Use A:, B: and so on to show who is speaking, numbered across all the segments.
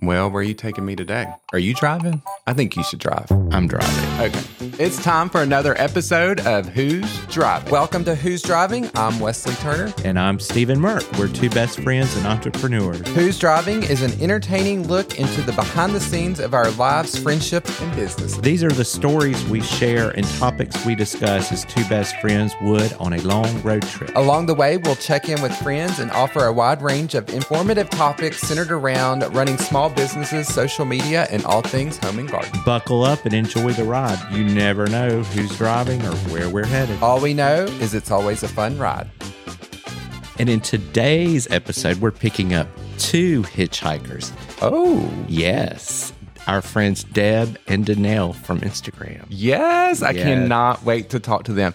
A: Well, where are you taking me today? Are you driving? I think you should drive.
B: I'm driving.
A: Okay. It's time for another episode of Who's Driving. Welcome to Who's Driving. I'm Wesley Turner.
B: And I'm Stephen Merck. We're two best friends and entrepreneurs.
A: Who's Driving is an entertaining look into the behind the scenes of our lives, friendship, and business.
B: These are the stories we share and topics we discuss as two best friends would on a long road trip.
A: Along the way, we'll check in with friends and offer a wide range of informative topics centered around running small businesses, social media, and all things home and garden.
B: Buckle up and enjoy the ride. You never know who's driving or where we're headed.
A: All we know is it's always a fun ride.
B: And in today's episode, we're picking up two hitchhikers.
A: Oh,
B: Yes, our friends Deb and Danelle from Instagram.
A: Yes, I
B: Yes.
A: cannot wait to talk to them.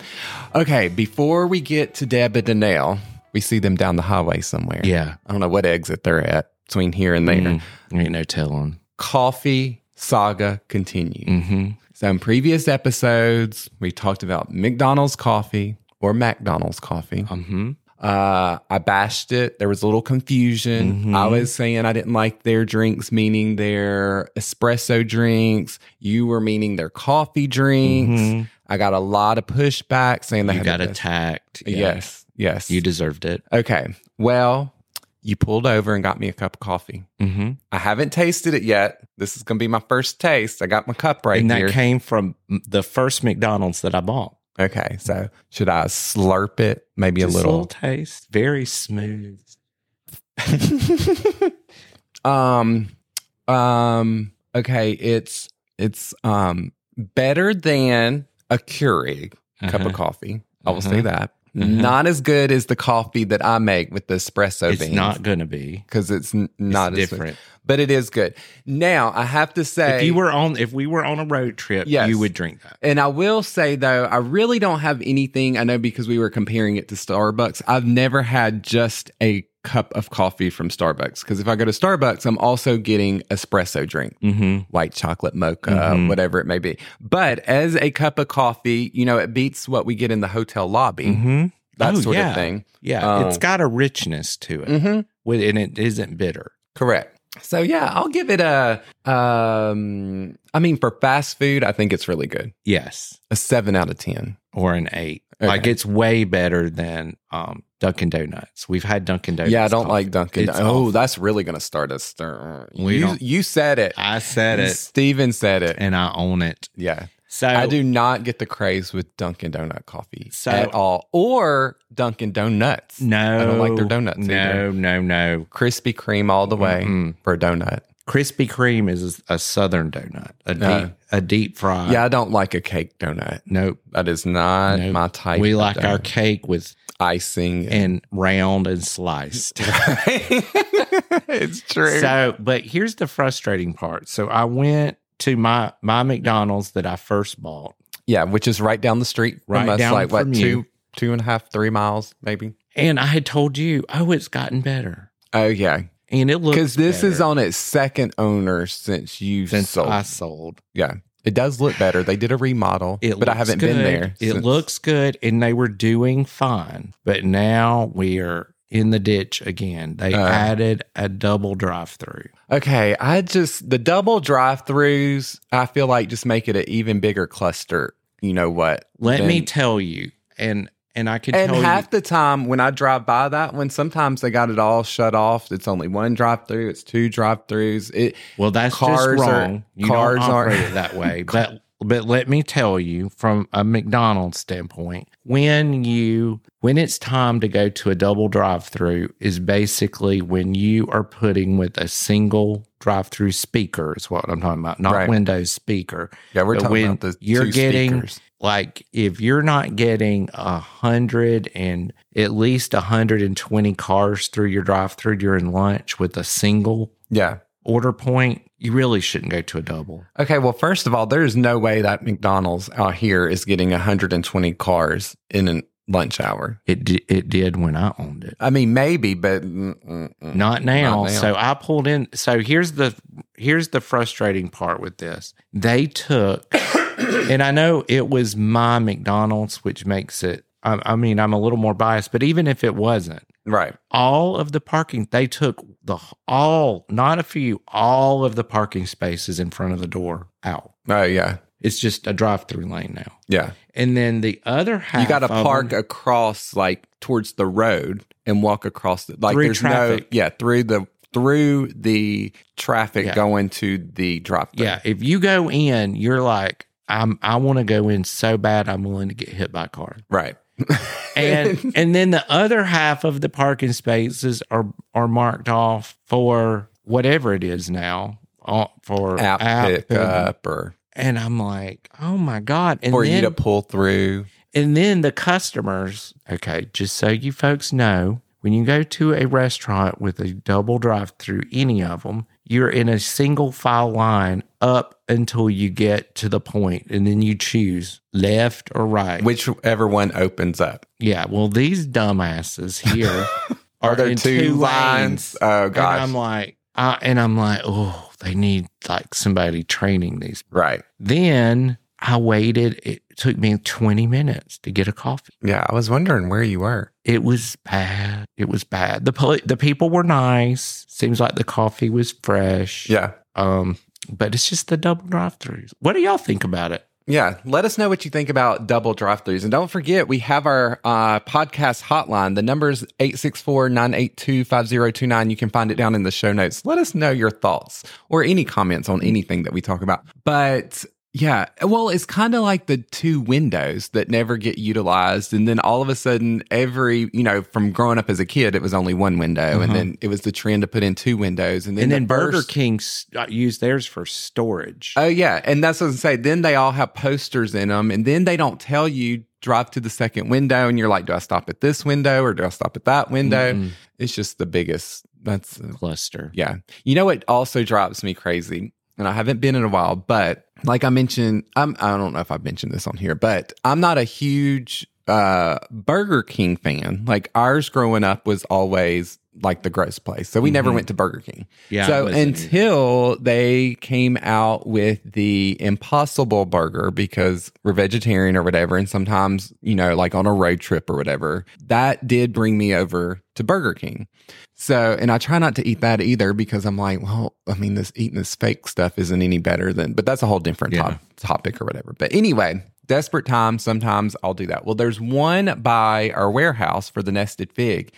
A: Okay, before we get to Deb and Danelle, we see them down the highway somewhere.
B: Yeah. Mm.
A: I don't know what exit they're at between here and there.
B: Ain't no telling.
A: Coffee saga continues.
B: Mm-hmm.
A: So, in previous episodes, we talked about McDonald's coffee or McDonald's coffee.
B: Mm-hmm.
A: Uh, I bashed it. There was a little confusion.
B: Mm-hmm.
A: I was saying I didn't like their drinks, meaning their espresso drinks. You were meaning their coffee drinks.
B: Mhm.
A: I got a lot of pushback saying they
B: You
A: had
B: got
A: the best-
B: attacked. Yeah.
A: Yes, yes.
B: You deserved it.
A: okay. Well, you pulled over and got me a cup of coffee.
B: Mm-hmm.
A: I haven't tasted it yet. This is going to be my first taste. I got my cup right
B: and that
A: here.
B: came from m- the first McDonald's that I bought.
A: okay, so should I slurp it? Maybe
B: Just
A: a little.
B: taste, very smooth.
A: um um okay it's it's um better than a Keurig cup of coffee. I will say
B: Uh-huh.
A: that.
B: Uh-huh.
A: Not as good as the coffee that I make with the espresso
B: It's
A: beans.
B: not going to be.
A: because it's n-
B: It's
A: not as
B: different.
A: but it is good. Now I have to say
B: if you were on, if we were on a road trip,
A: Yes.
B: you would drink that.
A: And I will say though, I really don't have anything. I know because we were comparing it to Starbucks. I've never had just a cup of coffee from Starbucks because if I go to Starbucks, I'm also getting espresso drink,
B: Mm-hmm.
A: white chocolate mocha,
B: Mhm.
A: whatever it may be. But as a cup of coffee, you know, it beats what we get in the hotel lobby,
B: Mm-hmm.
A: that
B: Oh,
A: sort
B: yeah.
A: of thing.
B: Yeah,
A: Oh.
B: it's got a richness to it,
A: hmm
B: with, and it isn't bitter.
A: Correct. So yeah, I'll give it a. Um, I mean, for fast food, I think it's really good.
B: Yes,
A: A seven out of ten.
B: or an eight.
A: Okay.
B: Like it's way better than um, Dunkin' Donuts. We've had Dunkin' Donuts.
A: Yeah, I don't
B: coffee.
A: like Dunkin'.
B: It's
A: Don- oh,
B: awful.
A: that's really going to start a stir.
B: We
A: you,
B: don't-
A: you said it.
B: I said it,
A: Steven said it.
B: and I own it.
A: yeah.
B: So
A: I do not get the craze with Dunkin' Donut coffee
B: So-
A: at all or Dunkin' Donuts.
B: No,
A: I don't like their donuts
B: No,
A: either.
B: no, no.
A: Krispy Kreme all the way
B: Mm-mm.
A: for a donut.
B: Krispy Kreme is a Southern donut, a deep,
A: No.
B: a deep fry.
A: Uh. yeah, I don't like a cake donut.
B: nope.
A: That is not
B: Nope.
A: my type.
B: we
A: of
B: like our
A: donut.
B: cake with
A: icing.
B: and round and sliced.
A: it's true.
B: so, but here's the frustrating part. So I went to my my McDonald's that I first bought,
A: yeah, which is right down the street from
B: Right
A: us,
B: down
A: like
B: from
A: what,
B: you.
A: two, two and a half, three miles maybe.
B: and I had told you, oh, it's gotten better,
A: Oh, yeah.
B: and it looks
A: because this is
B: better
A: on its second owner since you
B: since
A: sold.
B: I sold.
A: yeah, it does look better. They did a remodel,
B: It
A: but I
B: looks
A: haven't been
B: good.
A: there.
B: It
A: since.
B: looks good, and they were doing fine. But now we are in the ditch again. They
A: Uh.
B: added a double drive-through.
A: okay. I just the double drive-throughs. I feel like just make it an even bigger cluster. You know what?
B: Let
A: than-
B: me tell you, and and I can
A: And
B: tell
A: half
B: you,
A: the time when I drive by that one, sometimes they got it all shut off. It's only one drive-through. It's two drive-throughs. It
B: well, that's
A: cars
B: just
A: are-
B: wrong. you
A: cars
B: don't
A: aren't-
B: operate it that way. But but let me tell you, from a McDonald's standpoint, when you when it's time to go to a double drive-through is basically when you are putting with a single drive-through speaker is what I'm talking about, not
A: Right.
B: Windows speaker.
A: yeah, we're
B: But
A: talking
B: when
A: about the
B: you're
A: two
B: getting-
A: speakers.
B: like if you're not getting a hundred and at least 120 cars through your drive through during lunch with a single
A: yeah.
B: order point you really shouldn't go to a double
A: Okay, well, first of all, there is no way that McDonald's out here is getting 120 cars in a lunch hour.
B: it di- it did when i owned it
A: I mean, maybe, but mm, mm, mm.
B: not now.
A: Not now.
B: so i pulled in so here's the here's the frustrating part with this they took and i know it was my mcdonald's which makes it I, I mean i'm a little more biased but even if it wasn't
A: Right.
B: all of the parking they took the all not a few all of the parking spaces in front of the door out
A: Oh, yeah.
B: it's just a drive-through lane now
A: Yeah.
B: and then the other half
A: you got to
B: of 'em-
A: park across like towards the road and walk across the like
B: Through
A: there's
B: traffic.
A: no yeah through the through the traffic
B: Yeah.
A: going to the drop
B: yeah if you go in you're like i'm i want to go in so bad i'm willing to get hit by a car
A: right
B: and and then the other half of the parking spaces are are marked off for whatever it is now uh, for
A: app
B: app
A: pick up or
B: and i'm like oh my god and
A: for
B: then,
A: you to pull through
B: And then the customers, okay, just so you folks know, when you go to a restaurant with a double drive through, any of them, you're in a single file line up until you get to the point, and then you choose left or right.
A: whichever one opens up
B: yeah, well, these dumbasses here are,
A: are there
B: in
A: two, lines oh
B: And
A: gosh
B: I'm like, I, and I'm like, oh, they need like somebody training these.
A: right
B: Then I waited. It took me 20 minutes to get a coffee.
A: yeah i was wondering where you were
B: it was bad. It was bad. The poli- the people were nice. Seems like the coffee was fresh.
A: yeah
B: Um, but it's just the double drive-throughs. What do y'all think about it?
A: Yeah, let us know what you think about double drive throughs. And don't forget, we have our uh, podcast hotline. The number is 864 982 5029. You can find it down in the show notes. Let us know your thoughts or any comments on anything that we talk about. But yeah, well, it's kind of like the two windows that never get utilized. And then all of a sudden, every, you know, from growing up as a kid, it was only one window.
B: Uh-huh.
A: And then it was the trend to put in two windows. Mm-hmm. And then,
B: And
A: the
B: then Burger
A: first-
B: King s- uh, used theirs for storage.
A: Oh yeah, and that's what I say. Then they all have posters in them, and then they don't tell you drive to the second window, and you're like, do I stop at this window or do I stop at that window?
B: Mm-mm.
A: It's just the biggest. That's
B: cluster.
A: yeah. You know what also drives me crazy, and I haven't been in a while, but like I mentioned, I'm I don't know if I've mentioned this on here, but I'm not a huge uh Burger King fan. Like ours growing up was always like the gross place. So we never
B: Mhm.
A: went to Burger King
B: Yeah. it
A: so
B: wasn't-
A: until they came out with the impossible burger because we're vegetarian or whatever and sometimes you know like on a road trip or whatever that did bring me over to burger king so and i try not to eat that either because i'm like well i mean this eating this fake stuff isn't any better than but that's a whole different
B: Yeah.
A: top, topic or whatever but anyway desperate times sometimes i'll do that well there's one by our warehouse for the nested fig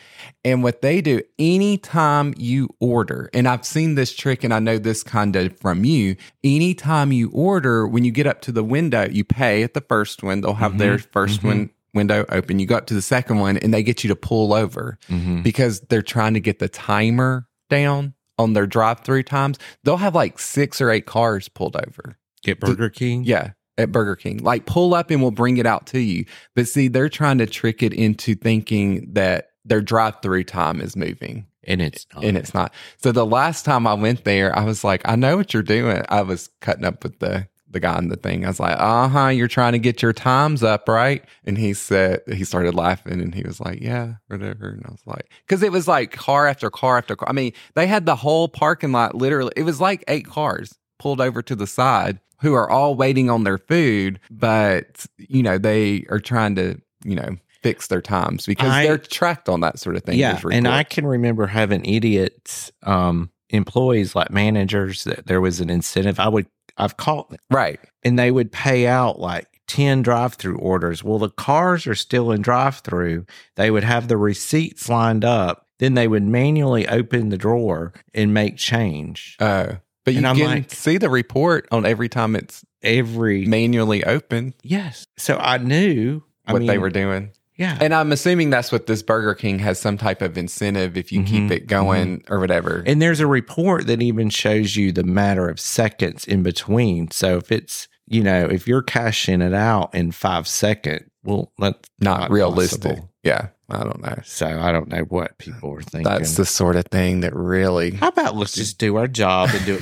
A: and what they do, anytime you order, and I've seen this trick and I know this kind of from you, anytime you order, when you get up to the window, you pay at the first one, they'll have their 1st one window open. You go up to the second one and they get you to pull over
B: Mhm.
A: because they're trying to get the timer down on their drive through times. They'll have like six or eight cars pulled over.
B: get Burger King.
A: Yeah, at Burger King. Like pull up and we'll bring it out to you. But see, they're trying to trick it into thinking that their drive-through time is moving
B: and it's not.
A: and it's not. So the last time I went there, I was like, I know what you're doing. I was cutting up with the the guy in the thing. I was like, uh-huh, you're trying to get your times up, right? And he said he started laughing and he was like, Yeah, whatever. And I was like, because it was like car after car after car. I mean, they had the whole parking lot literally, it was like eight cars pulled over to the side who are all waiting on their food, but you know, they are trying to, you know, fix their times because
B: I-
A: they're tracked on that sort of thing.
B: yeah
A: There's
B: and i
A: reports.
B: can remember having idiots um employees like managers that there was an incentive i would i've caught them
A: right.
B: and they would pay out like 10 drive-through orders well the cars are still in drive-through they would have the receipts lined up then they would manually open the drawer and make change
A: Uh, but you
B: And I'm
A: can
B: like-
A: see the report on every time it's
B: every
A: manually open
B: yes so i knew I
A: what they
B: mean,
A: were doing.
B: yeah and,
A: And I'm assuming that's what this Burger King has some type of incentive if you keep
B: Mhm,
A: it going or whatever.
B: there's a report that even shows you the matter of seconds in between so if it's you know if you're cashing it out in five seconds well that's
A: not,
B: not
A: realistic.
B: possible.
A: Yeah, I don't know.
B: so i don't know what people are thinking
A: That's the sort of thing that really
B: How about let's just do our job and do it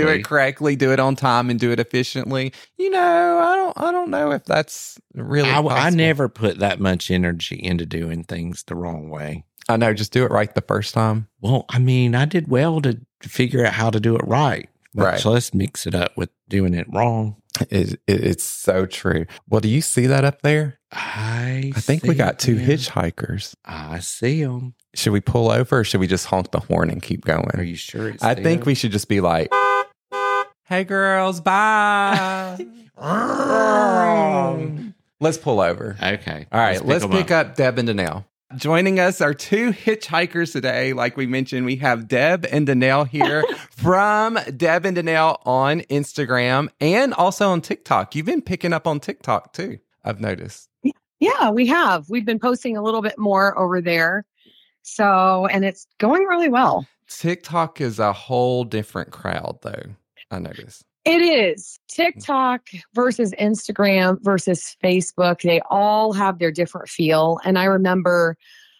A: do it correctly, do it on time, and do it efficiently. You know, I don't, I don't know if that's really.
B: I, I
A: possible.
B: never put that much energy into doing things the wrong way.
A: I know. Just do it right the first time.
B: Well, I mean, I did well to figure out how to do it right. Much less mix it up with doing it wrong.
A: It, it, it's so true. Well, do you see that up there?
B: I
A: I think we
B: see
A: got two
B: them.
A: hitchhikers.
B: I see them.
A: Should we pull over or should we just honk the horn and keep
B: Are
A: going?
B: you sure? It's
A: I think we should just be like, hey, girls, bye.
B: them?
A: let's pull over.
B: okay.
A: All right, let's,
B: them
A: pick up. Deb and Danelle. Joining us are two hitchhikers today. Like we mentioned, we have Deb and Danelle here from Deb and Danelle on Instagram and also on TikTok. You've been picking up on TikTok too, I've noticed.
C: Yeah, we have. We've been posting a little bit more over there. So, and it's going really well.
A: TikTok is a whole different crowd, though. I noticed.
C: It is
A: Mm.
C: TikTok versus Instagram versus Facebook. They all have their different feel. And I remember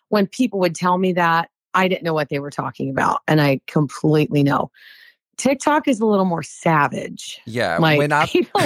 C: when people would tell me that, I didn't know what they were talking about. And I completely know. TikTok is a little more savage.
A: Yeah,
C: Like,
A: Uh, when I
C: people-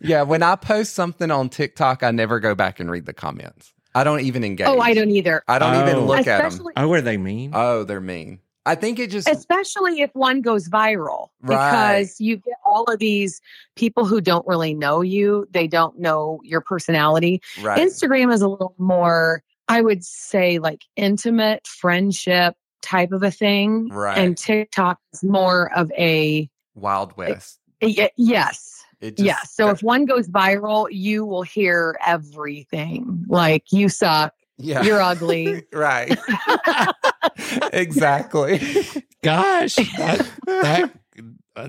A: yeah when I post something on TikTok, I never go back and read the comments. I don't even engage.
C: oh, I don't either.
A: I don't
B: Oh.
A: even look at them.
C: especially,
B: Oh, are they mean?
A: Oh, they're mean. I think it just
C: especially if one goes viral
A: Right.
C: because you get all of these people who don't really know you they don't know your personality
A: right.
C: instagram is a little more i would say like intimate friendship type of a thing
A: Right.
C: and tiktok is more of a
A: Wild West.
C: y- yes
A: It
C: yes so if one goes viral you will hear everything like you suck
A: yeah,
C: you're ugly
A: right. exactly.
B: Gosh, that, that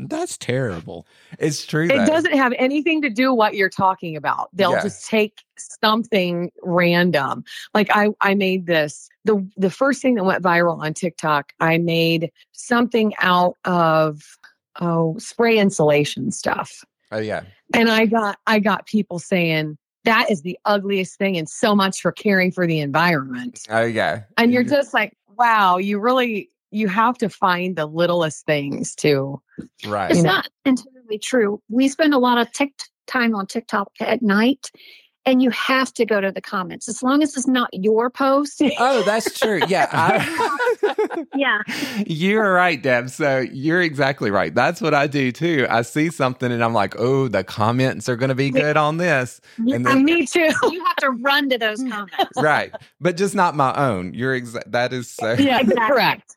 B: that's terrible.
A: It's true.
C: It
A: though.
C: doesn't have anything to do what you're talking about. They'll
A: Yeah.
C: just take something random. Like I I made this the the first thing that went viral on TikTok, I made something out of oh, spray insulation stuff.
A: Oh yeah.
C: And I got I got people saying that is the ugliest thing and so much for caring for the environment.
A: Oh yeah.
C: And you're just like, wow, you really you have to find the littlest things to
A: right.
D: It's
C: You know?
D: not entirely true. We spend a lot of tick time on TikTok at night, and you have to go to the comments. As long as it's not your post,
A: Oh, that's true. Yeah. I-
D: yeah,
A: You're right, Deb. So you're exactly right. That's what I do too. I see something and I'm like, oh, the comments are going to be good on this. And then-
C: me too.
D: you have to run to those comments.
A: Right. But just not my own. You're exact. That is so.
C: yeah,
D: Exactly.
C: correct.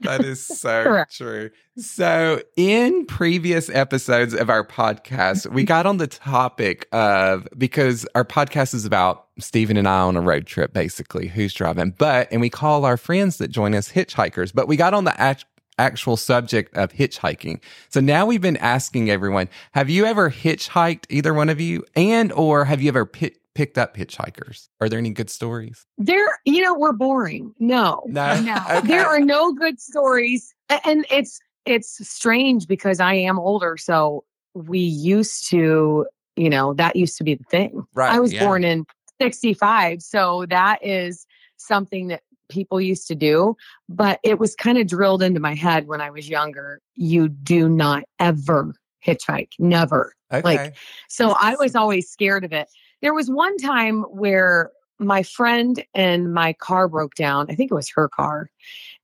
A: That is so
C: Correct.
A: true. So, in previous episodes of our podcast, we got on the topic of because our podcast is about Stephen and I on a road trip, basically, who's driving, but, and we call our friends that join us hitchhikers, but we got on the act- actual subject of hitchhiking. So now we've been asking everyone, have you ever hitchhiked either one of you and or have you ever pi- picked up hitchhikers? Are there any good stories?
C: There, you know, we're boring. No,
A: No.
D: No.
A: Okay.
C: there are no good stories, A- and it's it's strange because I am older, so we used to, you know, that used to be the thing.
A: right.
C: I was
B: yeah.
C: born in '65, so that is something that people used to do, but it was kind of drilled into my head when I was younger. You do not ever hitchhike, never.
A: okay.
C: like, So I was always scared of it. There was one time where my friend and my car broke down. I think it was her car.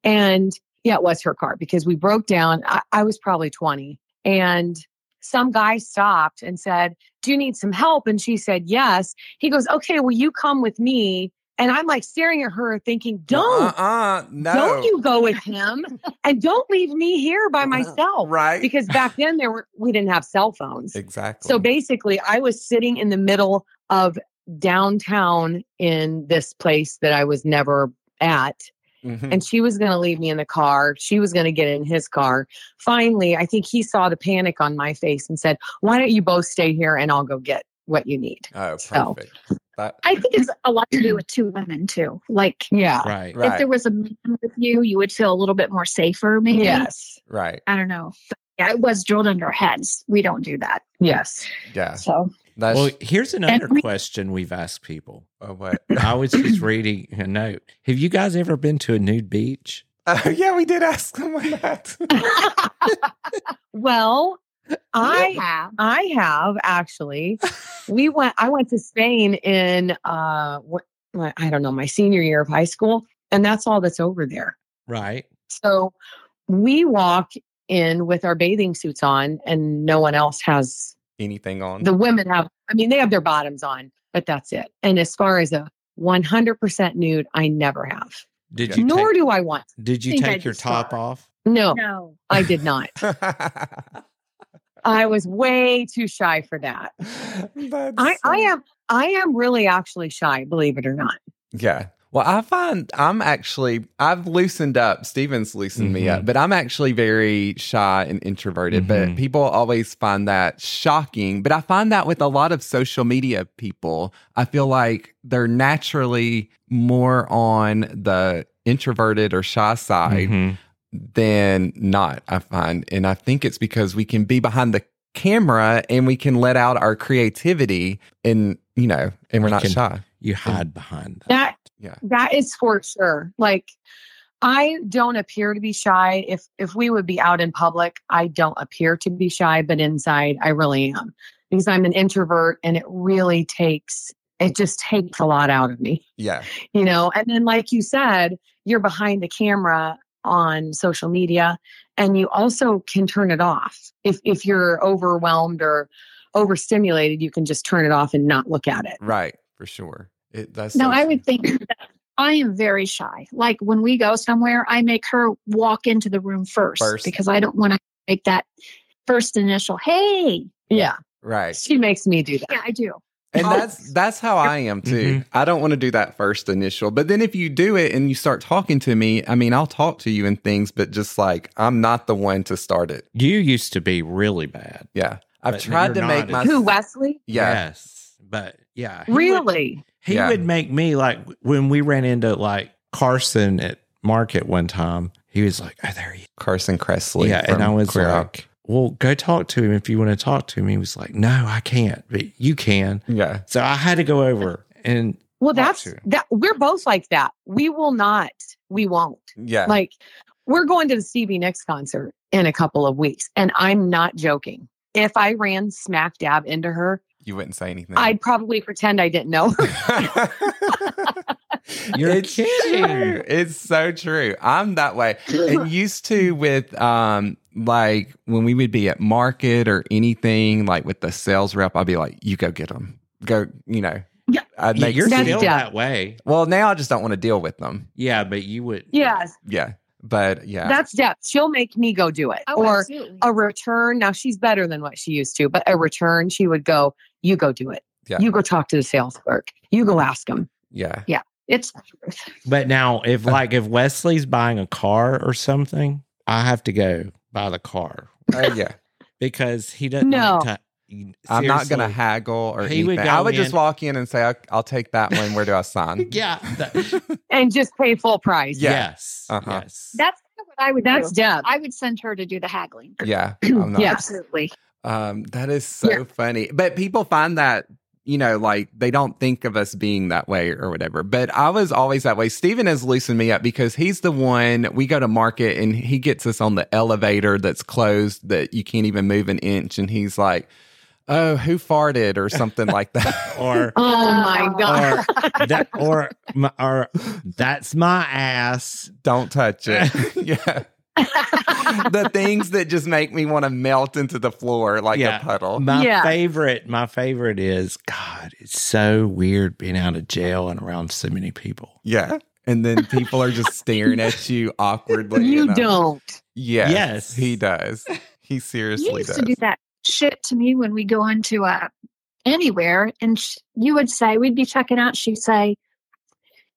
C: And yeah, it was her car because we broke down. I, I was probably 20. And some guy stopped and said, Do you need some help? And she said, Yes. He goes, Okay, will you come with me? And I'm like staring at her thinking, Don't,
A: Uh-uh. No.
C: don't you go with him. and don't leave me here by myself.
A: Right.
C: Because back then there were we didn't have cell phones.
A: Exactly.
C: So basically, I was sitting in the middle of downtown in this place that I was never at.
A: Mhm.
C: And she was going to leave me in the car. She was going to get in his car. Finally, I think he saw the panic on my face and said, Why don't you both stay here and I'll go get what you need?
A: oh,
C: so-
A: perfect. That,
D: I think it's a lot to do with two women too. Like
A: Ah,
C: Yeah.
B: Right.
D: if
A: right.
D: there was a man with you, you would feel a little bit more safer. Maybe.
C: Yes.
A: Right.
D: I don't know. But yeah, it was drilled under our heads. We don't do that.
C: Yes.
A: Yeah.
D: So
A: That's
B: Well, here's another
D: we-
B: question we've asked people.
A: oh, what.
B: I was just reading a note. Have you guys ever been to a nude beach?
A: Oh, yeah, we did ask someone that.
C: Well, I
D: have.
C: I have actually. we went. I went to Spain in uh, what my- I don't know my senior year of high school, and that's all that's over there.
B: Right.
C: So we walk in with our bathing suits on and no one else has
A: Anything on?
C: the women have I mean they have their bottoms on, but that's it. And as far as a 100% nude, I never have.
B: Did
A: Okay.
B: you
C: Nor
B: take,
C: do I want.
B: did you
D: think I
B: take your
D: just
B: top
D: saw it.
B: off?
C: No,
D: No.
C: I did not. I was way too shy for that.
A: That's
C: I,
A: so-
C: I am I am really actually shy, believe it or not.
A: Yeah. Well, I find I'm actually I've loosened up. Steven's loosened me
B: Mhm.
A: up, but I'm actually very shy and introverted.
B: Mhm.
A: But people always find that shocking. But I find that with a lot of social media people, I feel like they're naturally more on the introverted or shy side
B: Mhm.
A: than not, I find. And I think it's because we can be behind the camera and we can let out our creativity and you know, and we're
B: We
A: not
B: can-
A: shy.
B: You hide behind that.
C: That
A: Yeah.
C: that is for sure. Like I don't appear to be shy. If if we would be out in public, I don't appear to be shy, but inside I really am because I'm an introvert and it really takes it just takes a lot out of me,
A: Yeah.
C: you know. And then like you said, you're behind the camera on social media and you also can turn it off. If if you're overwhelmed or overstimulated, you can just turn it off and not look at it.
A: Right, for sure. It, that's
D: No,
A: so
D: I
A: true.
D: would think that I am very shy. Like when we go somewhere, I make her walk into the room first,
A: First.
D: because I don't want to make that first initial, hey.
C: Yeah.
A: right,
C: She makes me do that.
D: Yeah, I do.
A: and
C: Oh.
A: that's that's how I
B: Mm-hmm.
A: am too. I don't want to do that first initial, but then if you do it and you start talking to me, I mean, I'll talk to you and things, but just like I'm not the one to start it.
B: You used to be really bad.
A: Yeah, I've
B: But
A: tried
B: you're
A: to make
B: not.
A: my
C: Who, Wesley?
A: yeah,
B: Yes. But yeah. he would-
C: Really?
B: He
A: Yeah.
B: would make me like when we ran into like Carson at market one time, he was like, Oh, there he is.
A: Carson Cressley.
B: yeah. And
A: from
B: I was
A: Queer Eye.
B: like, Well, go talk to him if you want to talk to him. He was like, No, I can't, but you can.
A: yeah,
B: So I had to go over and
C: Well,
B: Want
C: that's
B: to.
C: that. We're both like that. We will not. We won't.
A: yeah,
C: Like, we're going to the Stevie Nicks concert in a couple of weeks, and I'm not joking. If I ran smack dab into her,
A: you wouldn't say anything.
C: I'd probably pretend I didn't know her.
B: You're
A: it's
B: kidding.
A: True. It's so true. I'm that way. And used to with um like when we would be at market or anything, like with the sales rep, I'd be like, you go get them. Go, you know.
C: Yeah.
A: I'd make
B: you're
C: sense.
B: still
C: Yeah.
B: that way.
A: well, now I just don't want to deal with them.
B: Yeah, but you would
C: yes,
A: Yeah. But yeah.
C: that's depth. She'll make me go do it.
D: Oh,
C: or
D: absolutely.
C: a return. Now she's better than what she used to, but a return, she would go, You go do it.
A: Yeah.
C: You go talk to the sales clerk. You go ask them.
A: yeah.
D: It's
B: But now, if
A: Uh-huh.
B: like if Wesley's buying a car or something, I have to go buy the car
A: Oh yeah.
B: because he doesn't.
C: No.
B: like to-
A: I'm not
B: Seriously.
A: gonna haggle or
B: He
A: anything.
B: would
A: I
B: go
A: would just
B: in-
A: walk in and say, I'll, I'll take that one. Where do I sign?
B: Yeah. that-
C: And just pay full price.
A: Yeah.
B: Yes.
A: Uh-huh.
B: Yes.
D: that's kind of what I would
C: That's
D: do.
C: depth.
D: I would send her to do the haggling.
A: Yeah. I'm not.
C: Yeah.
D: Absolutely.
A: Um, that is so
C: Yeah.
A: funny. But people find that, you know, like they don't think of us being that way or whatever. But I was always that way. Steven has loosened me up because he's the one we go to market and he gets us on the elevator that's closed that you can't even move an inch. And he's like, oh, who farted or something like that.
B: Or
C: Oh my God.
B: or that or my, or that's my ass.
A: don't touch it. yeah. the things that just make me want to melt into the floor like
B: Yeah.
A: a puddle.
B: My
C: Yeah.
B: favorite. My favorite is God. It's so weird being out of jail and around so many people.
A: Yeah. And then people are just staring at you awkwardly.
C: you
A: and I'm-
C: don't.
A: Yes,
B: Yes.
A: he does. He seriously
D: you used
A: does.
D: to do that shit to me when we go into uh, anywhere, and sh- you would say we'd be checking out. She'd say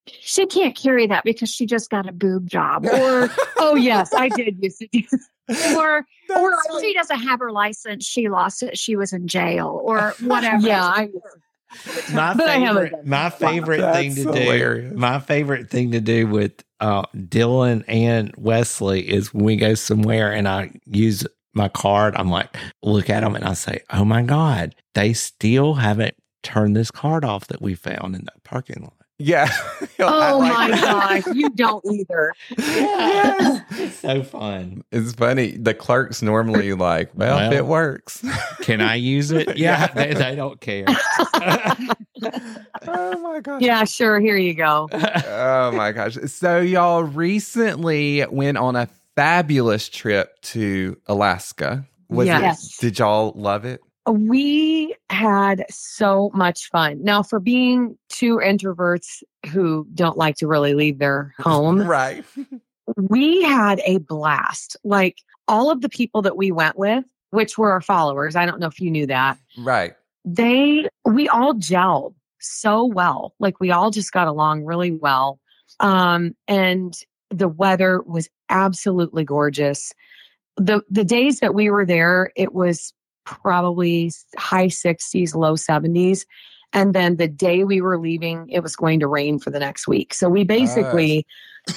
D: she can't carry that because she just got a boob job, or
C: Oh yes, I did used to do
D: or
A: That's
D: or
A: what-
D: she doesn't have her license. She lost it. She was in jail, or whatever.
C: Yeah, I,
B: my
C: But I haven't
B: favorite,
C: done that.
B: my favorite
A: That's
B: thing to
A: hilarious.
B: do. My favorite thing to do with uh, Dylan and Wesley is when we go somewhere and I use my card. I'm like, look at them and I say, "Oh my god, they still haven't turned this card off that we found in that parking lot."
A: yeah. He'll
C: oh
A: act
C: my
A: like-
C: gosh, you don't either.
A: Yes.
B: It's so fun.
A: It's funny. The clerk's normally like, well,
B: Well.
A: if it works.
B: Can I use it?
A: Yeah.
B: Yeah, they, they don't care.
A: oh my gosh.
C: Yeah, sure. Here you go.
A: Oh my gosh. So, y'all recently went on a fabulous trip to Alaska. Was
C: Yes.
A: it? Did y'all love it?
C: We had so much fun. Now, for being two introverts who don't like to really leave their home,
A: Right.
C: we had a blast. Like all of the people that we went with, which were our followers, I don't know if you knew that,
A: Right.
C: they, we all gelled so well. Like we all just got along really well. Um, and the weather was absolutely gorgeous. The, the days that we were there, it was probably high 60s, low 70s. And then the day we were leaving, it was going to rain for the next week. So we basically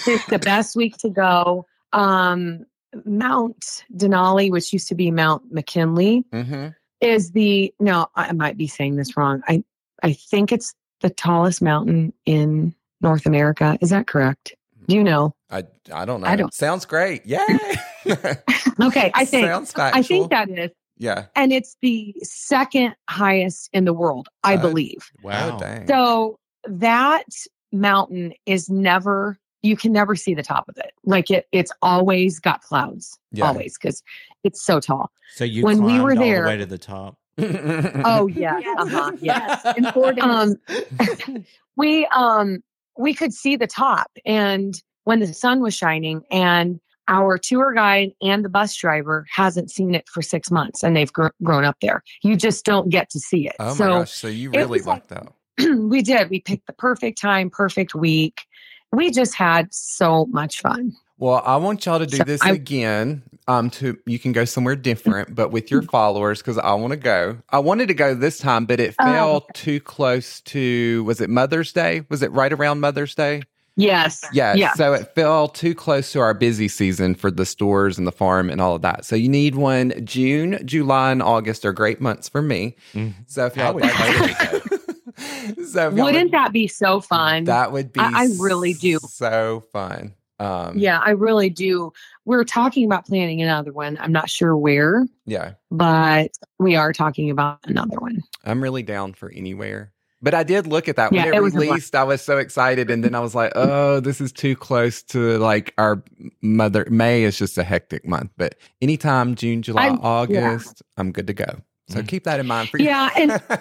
C: picked the best week to go. Um, Mount Denali, which used to be Mount McKinley,
A: Mm-hmm.
C: is the no i might be saying this wrong i i think it's the tallest mountain in north america is that correct Do you know
A: I I don't know.
C: I don't-
A: Sounds great. Yeah.
C: okay i think
A: Sounds
C: i think
A: factual.
C: that is
A: Yeah.
C: and it's the second highest in the world i
A: Uh,
C: believe
A: Oh, dang.
C: so that mountain is never you can never see the top of it like it it's always got clouds
A: Yeah.
C: always because it's so tall
B: so you
C: when we
B: climbed
C: were
B: all
C: there-
B: the way to the top.
C: oh yeah
D: Yes.
C: uh-huh, yeah
D: Yes. In four days.
C: um we um we could see the top and when the sun was shining and our tour guide and the bus driver hasn't seen it for six months and they've gr- grown up there you just don't get to see it
A: Oh my
C: so
A: gosh. So you
C: it
A: really
C: was like-
A: lucked out.
C: we did we picked the perfect time perfect week we just had so much fun
A: Well, I want y'all to do
C: So
A: this
C: I-
A: again. Um, to you can go somewhere different, but with your followers because I want to go. I wanted to go this time, but it
D: Oh,
A: fell too close to. Was it Mother's Day? Was it right around Mother's Day?
C: yes
A: Yeah.
C: yeah
A: So it fell too close to our busy season for the stores and the farm and all of that. So you need one. June, July, and August are great months for me.
B: Mhm.
A: So if
B: I
A: y'all
B: would
A: would like, so if y'all
C: wouldn't
A: would-
C: that be so fun
A: That would be.
C: I- I really do.
A: So fun. Um,
C: yeah i really do we're talking about planning another one i'm not sure where
A: Yeah.
C: but we are talking about another one
A: I'm really down for anywhere. But I did look at that when
C: Yeah,
A: it,
C: it was a lot.
A: released. I was so excited, and then I was like, "Oh, this is too close to like our mother." May is just a hectic month, but anytime June, July,
C: I'm- Mm.
A: August, I'm good to go. So
B: Mhm.
A: keep that in mind for
C: Yeah,
A: you.
C: and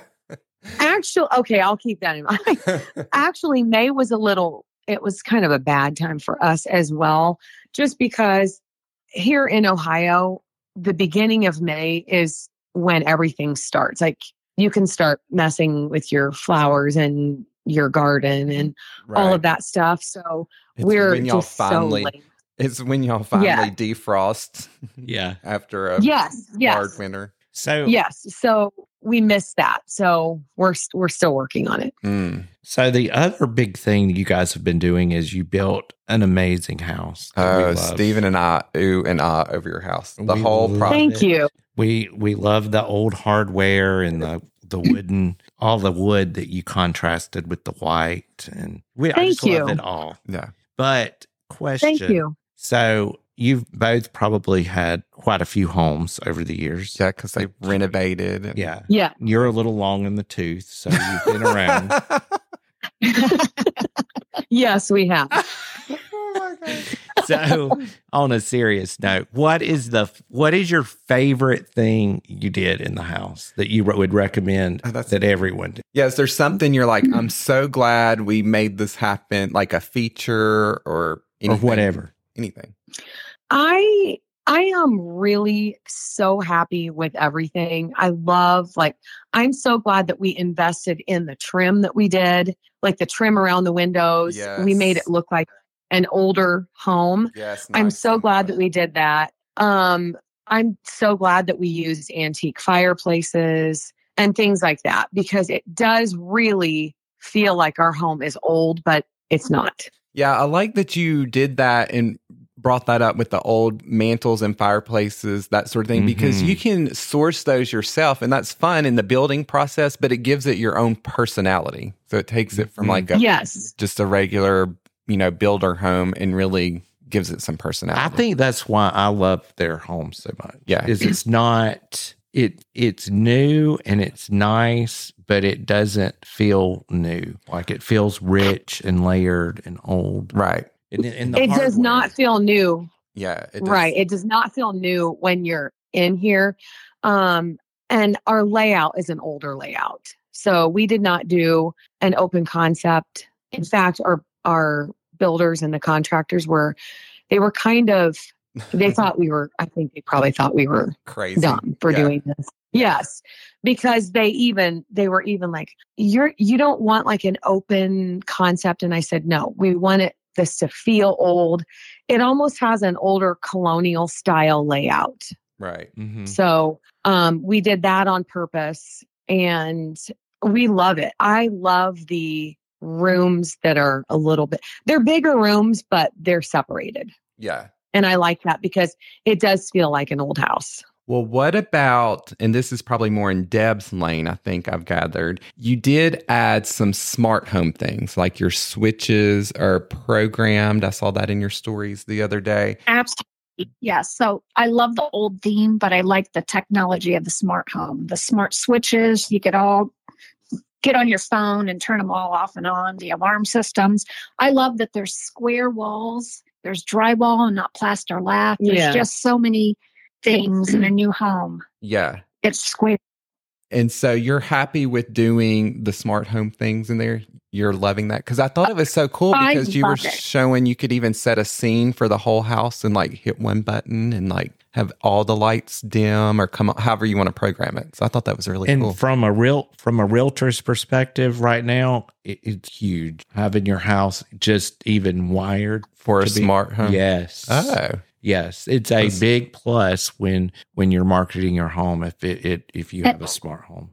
C: Actually, okay, I'll keep that in mind. Actually, May was a little, it was kind of a bad time for us as well, just because here in Ohio, the beginning of May is when everything starts. Like you can start messing with your flowers and your garden and all of that stuff. So
A: It's
C: we're
A: when y'all
C: just
A: finally.
C: so late.
A: It's when y'all finally
C: Yeah.
A: defrost
B: Yeah.
A: after a
C: Yes,
A: hard
C: yes,
A: winter.
B: So
C: yes. So we missed that. So we're we're still working on it.
A: Mm.
B: so the other big thing you guys have been doing is you built an amazing house. that we
A: Oh,
B: love.
A: Stephen and I, ooh and ah over your house. The
B: We
A: whole
B: love
A: project.
C: Thank
B: it.
C: you.
B: We we love the old hardware and the the wooden all the wood that you contrasted with the white and we I
C: Thank
B: just love
C: you.
B: it all.
A: Yeah.
B: But question
C: Thank you.
B: So you've both probably had quite a few homes over the years.
A: Yeah, because they renovated. and-
B: Yeah.
C: Yeah.
B: You're a little long in the tooth, so you've been around.
A: Oh
C: yes, we have.
A: oh my gosh.
B: so on a serious note, what is the what is your favorite thing you did in the house that you would recommend
A: Oh, that's-
B: that everyone did?
A: Yeah, is there something you're like, I'm so glad we made this happen, like a feature or anything?
B: Or whatever.
A: Anything.
C: I I am really so happy with everything. I love like I'm so glad that we invested in the trim that we did, like the trim around the windows. We made
A: Yes.
C: it look like an older home.
A: Yes.
C: I'm so glad that we did that. Um I'm so glad that we used antique fireplaces and things like that because it does really feel like our home is old, but it's not.
A: Yeah, I like that you did that and brought that up with the old mantles and fireplaces, that sort of thing, because
B: Mhm.
A: you can source those yourself and that's fun in the building process, but it gives it your own personality. So it takes it from
B: Mhm.
A: like a
C: Mm-hmm. Yes.
A: just a regular, you know, builder home and really gives it some personality.
B: I think that's why I love their home so much.
A: Yeah.
B: Is it's not it it's new and it's nice, but it doesn't feel new. Like it feels rich and layered and old.
A: Right.
B: And, and the
C: It does
B: hardware.
C: not feel new.
A: Yeah. It does.
C: right. It does not feel new when you're in here. Um, and our layout is an older layout. So we did not do an open concept. In fact, our our builders and the contractors were they were kind of they thought we were I think they probably thought we were
A: crazy.
C: dumb for
A: Yeah.
C: doing this. Yes, because they even they were even like you're you don't want like an open concept, and I said no, we want it this to feel old. It almost has an older colonial style layout,
A: Right.
B: Mm-hmm.
C: so um, we did that on purpose, and we love it. I love the rooms that are a little bit they're bigger rooms, but they're separated,
A: Yeah.
C: and I like that because it does feel like an old house.
A: Well, what about, and this is probably more in Deb's lane, I think I've gathered. You did add some smart home things like your switches are programmed. I saw that in your stories the other day.
D: Absolutely. Yeah. So I love the old theme, but I like the technology of the smart home. The smart switches, you could all get on your phone and turn them all off and on, the alarm systems. I love that there's square walls, there's drywall and not plaster lath. There's
C: Yeah.
D: just so many things in a new home.
A: Yeah.
D: It's square.
A: And so you're happy with doing the smart home things in there. You're loving that because I thought it was so cool
D: I
A: because you were
D: love it.
A: showing you could even set a scene for the whole house and like hit one button and like have all the lights dim or come on, however you want to program it. So I thought that was really
B: and
A: cool.
B: from a real from a realtor's perspective right now it, it's huge having your house just even wired
A: For a
B: to be-
A: smart home.
B: yes
A: Oh,
B: yes it's a
A: That's-
B: big plus when when you're marketing your home if it, it if you have a smart home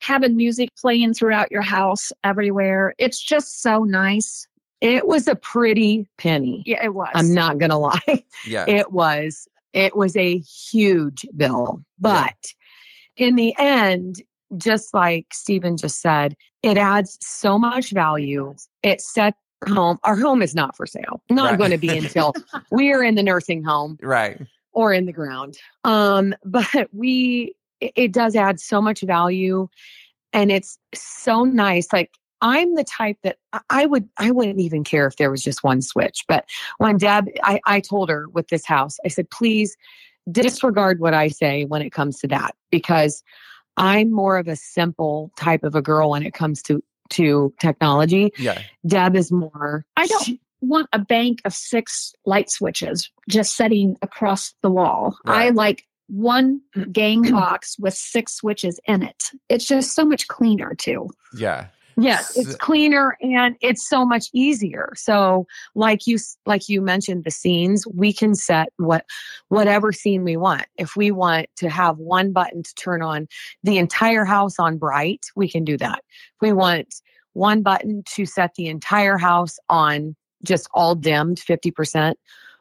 D: Having music playing throughout your house everywhere. It's just so nice.
C: It was a pretty penny.
D: Yeah, it was.
C: I'm not going to lie.
A: yeah.
C: It was it was a huge bill. But in the end, just like Stephen just said, it adds so much value. It sets our home. Our home is not for sale. Not
A: Right.
C: going to be until we are in the nursing home
A: right.
C: or in the ground. Um, but we, it it does add so much value, and it's so nice. Like I'm the type that I- I would, I wouldn't even care if there was just one switch. But when Deb, I, I told her with this house, I said, please disregard what I say when it comes to that because I'm more of a simple type of a girl when it comes to to technology.
A: Yeah.
C: Deb is more.
D: I don't want a bank of six light switches just setting across the wall. I
A: Right.
D: like one gang box with six switches in it. It's just so much cleaner too.
A: Yeah.
C: Yes, it's
A: S-
C: cleaner and it's so much easier. So, like you s- like you mentioned the scenes, we can set what whatever scene we want. If we want to have one button to turn on the entire house on bright, we can do that. If we want one button to set the entire house on just all dimmed 50%,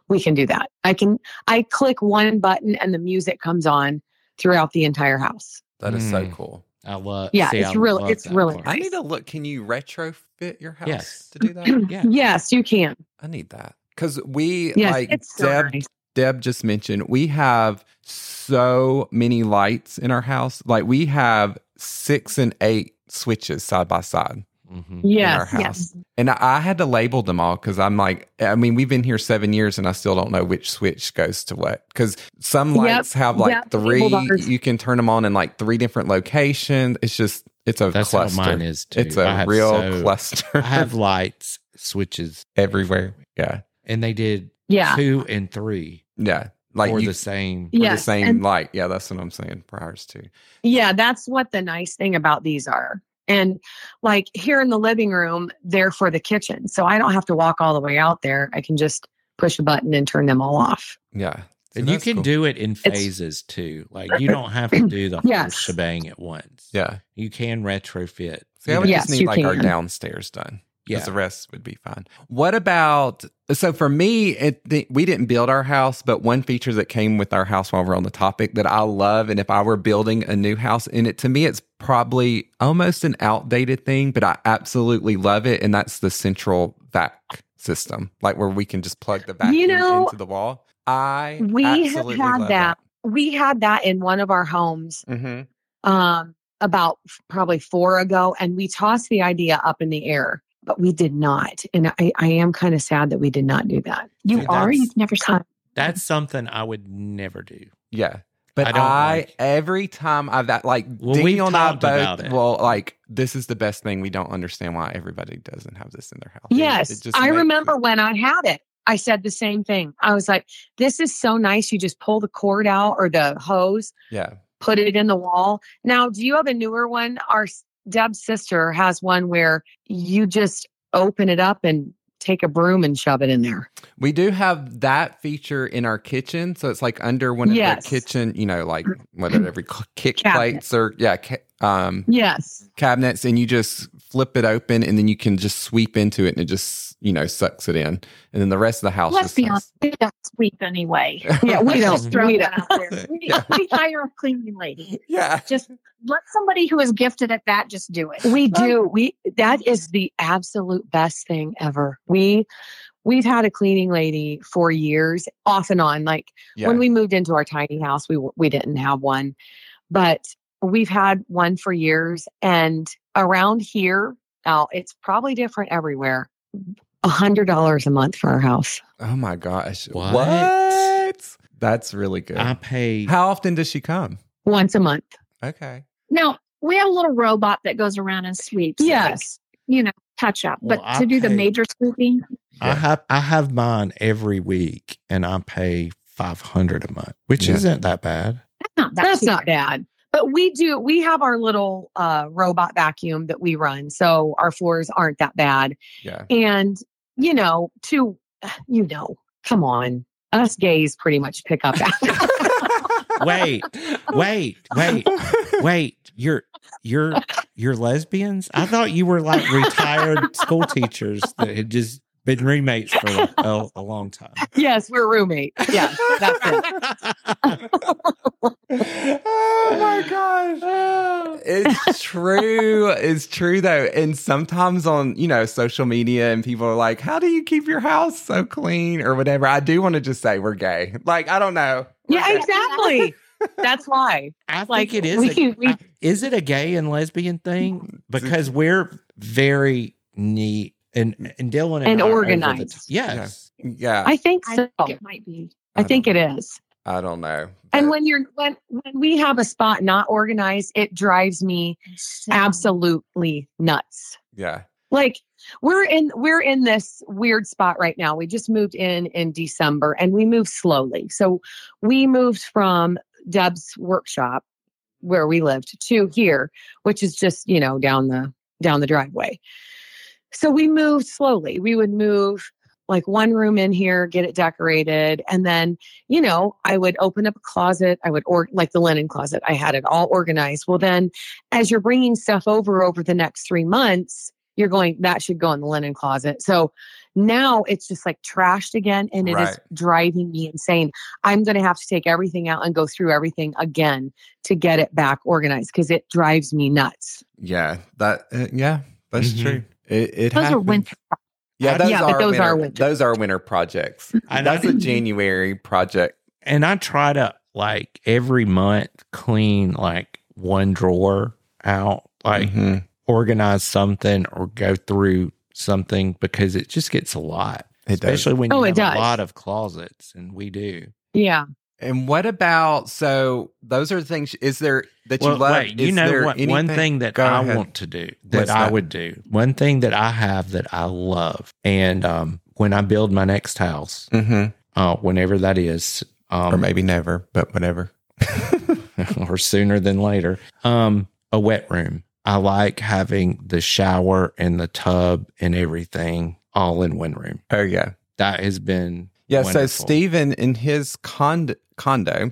C: we can do that. I can I click one button and the music comes on throughout the entire house.
A: That is so
B: Mm.
A: cool.
B: i love
C: Yeah,
B: see,
C: it's
B: I
C: really-
B: love
C: it's
B: that
C: really
B: part.
A: I need to look. Can you retrofit your house
B: Yes.
A: to do that?
B: yeah
C: Yes, you can.
A: I need that. Because we,
C: Yes,
A: like
C: it's so
A: Deb,
C: nice.
A: Deb just mentioned, we have so many lights in our house. Like we have six and eight switches side by side
C: Mm-hmm.
B: Mhm.
A: in our
C: Yes.
A: house. And I, I had to label them all because I'm like, I mean, we've been here seven years and I still don't know which switch goes to what. Because some
C: Yep,
A: lights have like
C: yep,
A: three,
C: labeled ours.
A: you can turn them on in like three different locations. It's just, it's a
B: that's
A: cluster.
B: how mine is too
A: It's
B: I
A: a
B: have
A: real
B: so-
A: cluster.
B: i have lights switches
A: everywhere. Yeah.
B: and they did
C: Yeah.
B: two and three
A: Yeah. Like
B: for
A: you,
B: the same
A: for
C: Yes,
A: the same
C: and-
A: light. Yeah. That's what I'm saying. Priors to.
C: Yeah, that's what the nice thing about these are. And like here in the living room, they're for the kitchen. So I don't have to walk all the way out there. I can just push a button and turn them all off.
A: Yeah. So
B: and you
A: that's
B: can
A: cool.
B: do it in
C: It's-
B: phases too. Like you don't have to do the whole
C: Yes.
B: shebang at once.
A: Yeah.
B: You can retrofit.
A: See,
B: you
A: I would
B: know,
C: Yes,
A: just need
C: you
A: like our
C: can.
A: downstairs done. because
B: yeah.
A: the rest would be fine. What about so for me? It, the, we didn't build our house, but one feature that came with our house while we're on the topic that I love, and if I were building a new house in it, to me it's probably almost an outdated thing, but I absolutely love it, and that's the central vac system, like where we can just plug the vacuum
C: You know,
A: into the wall. I
C: we have
A: absolutely
C: had
A: love
C: that. We had that in one of our homes
A: Mhm.
C: um, about f- probably four ago, and we tossed the idea up in the air, but we did not. And I, I am kind of sad that we did not do that.
D: You
A: See,
D: are?
A: that's-
D: You've never seen
B: That's something I would never do.
A: Yeah. But
B: I
A: I,
B: don't like-
A: every time I've that like
B: Well,
A: Daniel
B: we've
A: and I
B: talked about
A: both
B: it.
A: well like this is the best thing. We don't understand why everybody doesn't have this in their house. It
C: Yes.
A: just
C: I
A: makes-
C: remember when I had it, I said the same thing. I was like, this is so nice. You just pull the cord out or the hose,
A: Yeah.
C: put it in the wall. Now, do you have a newer one? Our s- Deb's sister has one where you just open it up and take a broom and shove it in there.
A: We do have that feature in our kitchen, so it's like under one of
C: Yes.
A: the kitchen, you know, like whether every kick
D: Cabinet.
A: plates or yeah, ca- um,
C: Yes.
A: cabinets, and you just flip it open, and then you can just sweep into it, and it just you know sucks it in, and then the rest of the house.
D: Let's
A: just
D: be
A: sucks.
D: honest, we don't sweep anyway.
C: Yeah, we
D: Let's
C: don't.
D: just throw
C: We
D: that
C: don't.
D: out there. We,
A: Yeah.
D: we hire a cleaning lady.
A: Yeah,
D: Let somebody who is gifted at that just do it.
C: We do. We that is the absolute best thing ever. We we've had a cleaning lady for years, off and on. Like
A: yeah.
C: when we moved into our tiny house, we we didn't have one, but we've had one for years. And around here, now it's probably different everywhere. A hundred dollars a month for our house.
A: oh my gosh,
B: What?
A: What? That's really good.
B: I pay
A: How often does she come?
C: Once a month.
A: Okay.
D: Now, we have a little robot that goes around and sweeps.
C: Yes.
D: like, you know, touch up.
B: Well,
D: but
B: I
D: to do the
B: pay-
D: major sweeping,
B: I have I have mine every week and I pay five hundred a month, which
A: Yeah.
B: isn't that bad.
D: that's not that
C: That's
D: cheap.
C: not bad. But we do, we have our little uh, robot vacuum that we run. So our floors aren't that bad.
A: Yeah.
C: And, you know, to, you know, come on. Us gays pretty much pick up after.
B: Wait, wait, wait, wait. You're you're you're lesbians? I thought you were like retired school teachers that had just been roommates for a, a, a long time.
C: yes, we're roommates. Yes, that's it.
A: oh my gosh. It's true. It's true though. And sometimes on, you know, social media and people are like, how do you keep your house so clean or whatever? I do want to just say we're gay. Like, I don't know.
C: Yeah,
D: Okay.
C: exactly. That's why.
B: I think
C: Like,
B: it is.
C: we-
B: a,
C: we-
B: I- is it a gay and lesbian thing? Because we're very neat and and Dylan and,
C: And
B: I are over the
C: organized.
B: top. Yes.
A: Yeah.
C: I think
D: I
C: so.
D: think it might be.
C: I think
A: don't-
C: it is.
A: I don't know.
C: And
A: But-
C: when you're when when we have a spot not organized, it drives me absolutely nuts.
A: yeah.
C: Like we're in we're in this weird spot right now. We just moved in in December and we moved slowly. So we moved from Deb's workshop where we lived to here, which is just, you know, down the down the driveway. So we moved slowly. We would move like one room in here, get it decorated, and then, you know, I would open up a closet, I would or like the linen closet. I had it all organized. Well, then as you're bringing stuff over over the next 3 months, you're going that should go in the linen closet so now it's just like trashed again and it is
A: Right.
C: driving me insane i'm going to have to take everything out and go through everything again to get it back organized because it drives me nuts
A: Yeah. That, uh, yeah, that's
B: Mhm.
A: true. It, it
D: Those are
A: happens.
D: winter.
A: Yeah, those,
C: Yeah,
A: are,
C: but those
A: winter,
C: are winter.
A: Those are winter projects.
B: I
A: That's
B: know.
A: a January project.
B: and I try to like every month clean like one drawer out, like
A: Mhm.
B: organize something or go through something because it just gets a lot.
A: It does.
B: Especially when you
C: Oh,
B: have
C: it
B: a
C: does.
B: lot of closets and we do.
C: yeah
A: And what about so those are the things is there that you
B: Well,
A: love?
B: wait, you
A: Is
B: know
A: there
B: what? One
A: anything-
B: thing that
A: Go
B: I
A: ahead.
B: want to do that
A: What's
B: I
A: that?
B: would do, one thing that I have that I love, and um, when I build my next house,
A: Mhm.
B: uh, whenever that is, um,
A: or maybe never, but whatever.
B: or sooner than later. Um, a wet room. I like having the shower and the tub and everything all in one room.
A: oh yeah.
B: That has been
A: Yeah, so
B: wonderful.
A: Steven in his condo condo,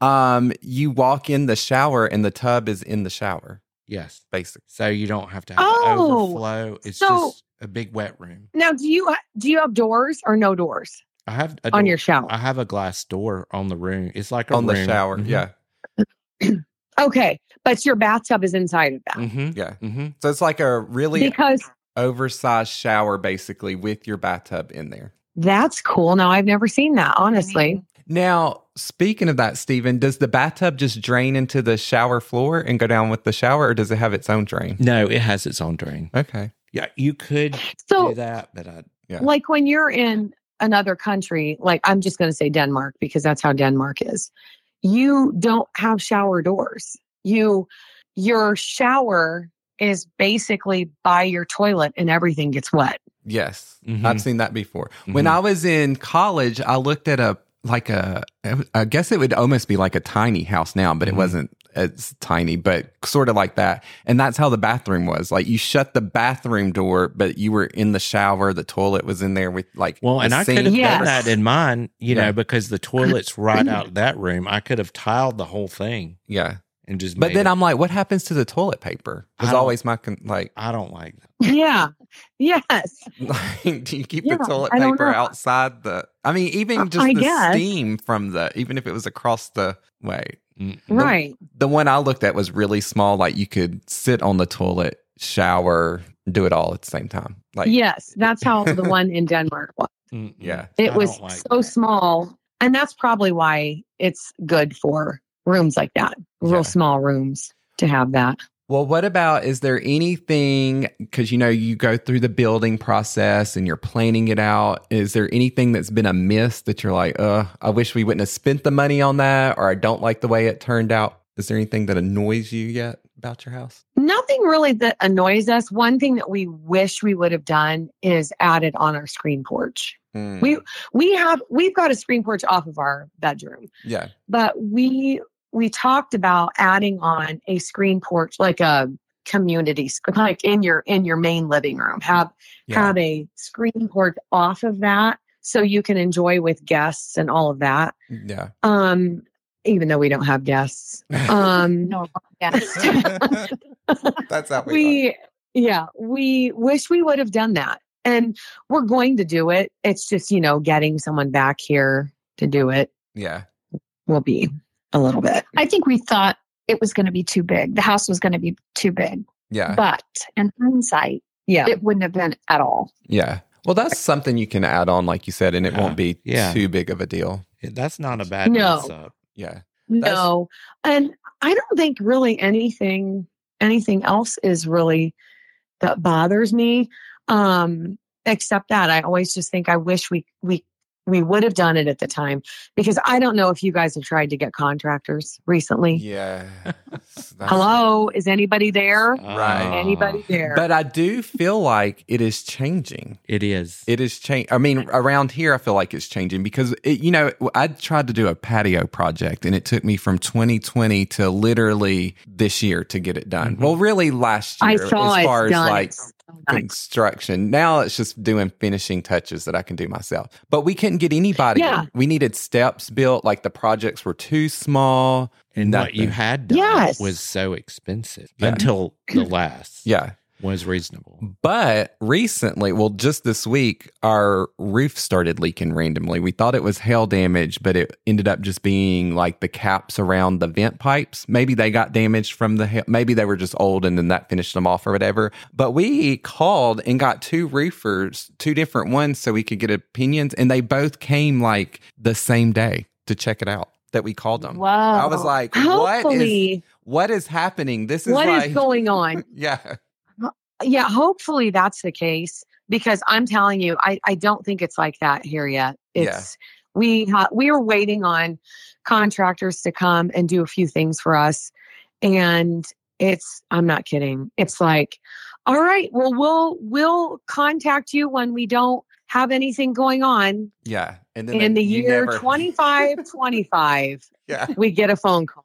A: um, you walk in the shower and the tub is in the shower,
B: Yes,
A: basically.
B: so you don't have to have an
C: Oh,
B: overflow. It's
C: so-
B: just a big wet room.
C: now do you uh, do you have doors or no doors
B: I have a
C: on
B: door-
C: your shower
B: I have a glass door on the room. It's like a
A: On the
B: room.
A: shower.
B: Mhm.
A: Yeah.
C: okay but your bathtub is inside of that
B: Mhm.
A: Yeah.
B: Mhm.
A: So it's like a really
C: because
A: oversized shower basically with your bathtub in there.
C: that's cool now i've never seen that honestly
A: Now, speaking of that, Stephen, does the bathtub just drain into the shower floor and go down with the shower, or does it have its own drain?
B: No, it has its own drain.
A: Okay.
B: Yeah, you could
C: so
B: do that, but I
A: Yeah.
C: like when you're in another country, like I'm just going to say Denmark because that's how Denmark is, you don't have shower doors. You, your shower is basically by your toilet and everything gets wet.
A: Yes,
B: Mhm.
A: I've seen that before.
B: Mm-hmm.
A: When I was in college, I looked at a like a I guess it would almost be like a tiny house now, but
B: Mhm.
A: it wasn't as tiny, but sort of like that. And that's how the bathroom was. Like you shut the bathroom door, but you were in the shower. The toilet was in there with like
B: Well,
A: the
B: and I could
A: sink.
B: have
C: Yes.
B: done that in mine, you
A: Yeah.
B: know, because the toilet's right out of that room. I could have tiled the whole thing
A: yeah.
B: and just.
A: But
B: made
A: then
B: it-
A: I'm like, what happens to the toilet paper?
B: I
A: Was
B: don't-
A: always my con- like,
B: I don't like that.
C: Yeah. Yes.
A: like, do you keep
C: Yeah,
A: the toilet
C: I don't
A: paper
C: know.
A: outside the? I mean,
C: I-
A: even just
C: I
A: the
C: guess.
A: steam from the, even if it was across the way,
B: Mm-mm.
C: Right.
A: the one I looked at was really small. Like you could sit on the toilet, shower, do it all at the same time. Like
C: yes. That's how the one in Denmark was.
B: Mm-mm.
A: yeah,
C: It
B: I
C: was
B: don't like
C: so
B: that.
C: small. And that's probably why it's good for rooms like that, real
A: Yeah.
C: small rooms to have that.
A: Well, what about is there anything because you know you go through the building process and you're planning it out? Is there anything that's been amiss that you're like, uh, I wish we wouldn't have spent the money on that, or I don't like the way it turned out? Is there anything that annoys you yet about your house?
C: Nothing really that annoys us. One thing that we wish we would have done is added on our screen porch.
A: Hmm,
C: We- We have we've got a screen porch off of our bedroom,
A: yeah,
C: but we we talked about adding on a screen porch like a community sc- like in your in your main living room. Have
A: yeah,
C: have a screen port off of that so you can enjoy with guests and all of that.
A: yeah.
C: Um, even though we don't have guests. Um,
D: No, yeah.
A: that's how we. are.
C: we, yeah, we wish we would have done that. And we're going to do it. It's just, you know, getting someone back here to do it
A: Yeah,
C: will be a little bit.
D: I think we thought it was going to be too big. The house was going to be too big.
A: yeah.
D: But in hindsight,
C: Yeah.
D: it wouldn't have been at all.
A: Yeah. Well, that's something you can add on, like you said, and it
B: Yeah.
A: won't be
B: Yeah.
A: too big of a deal.
B: That's not a bad
C: No.
B: mess up.
A: Yeah. That's-
C: No. And I don't think really anything anything else is really that bothers me. Um except that I always just think I wish we we we would have done it at the time because I don't know if you guys have tried to get contractors recently.
A: Yeah.
C: Hello, is anybody there?
A: Right.
C: Anybody there?
A: But I do feel like it is changing.
B: It is.
A: It is change. I mean, around here, I feel like it's changing because it, you know I tried to do a patio project, and it took me from 2020 to literally this year to get it done.
B: Mhm.
A: Well, really last year,
C: Mm-hmm. I saw
A: as
C: it's
A: far
C: done.
A: as like
C: It's so nice.
A: construction. Now it's just doing finishing touches that I can do myself. But we couldn't get anybody.
C: Yeah.
A: We needed steps built. Like the projects were too small.
B: And what
A: Nothing.
B: you had done
C: Yes.
B: was so expensive
A: Yeah.
B: until the last
A: Yeah.
B: was reasonable.
A: But recently, well, just this week, our roof started leaking randomly. We thought it was hail damage, but it ended up just being like the caps around the vent pipes. Maybe they got damaged from the hail. Maybe they were just old and then that finished them off or whatever. But we called and got two roofers, two different ones, so we could get opinions. And they both came like the same day to check it out that we called them.
D: Wow.
A: I was like, what is,
C: Hopefully,
A: what is happening? This is
C: what is
A: like,
C: going on?
A: yeah.
C: yeah hopefully that's the case because i'm telling you i, I don't think it's like that here yet
A: Yeah.
C: it's we ha- we are waiting on contractors to come and do a few things for us and it's i'm not kidding it's like all right well we'll we'll contact you when we don't have anything going on
A: Yeah. And
C: in
A: they-
C: the
A: you
C: year
A: never-
C: 2525
A: Yeah.
C: we get a phone call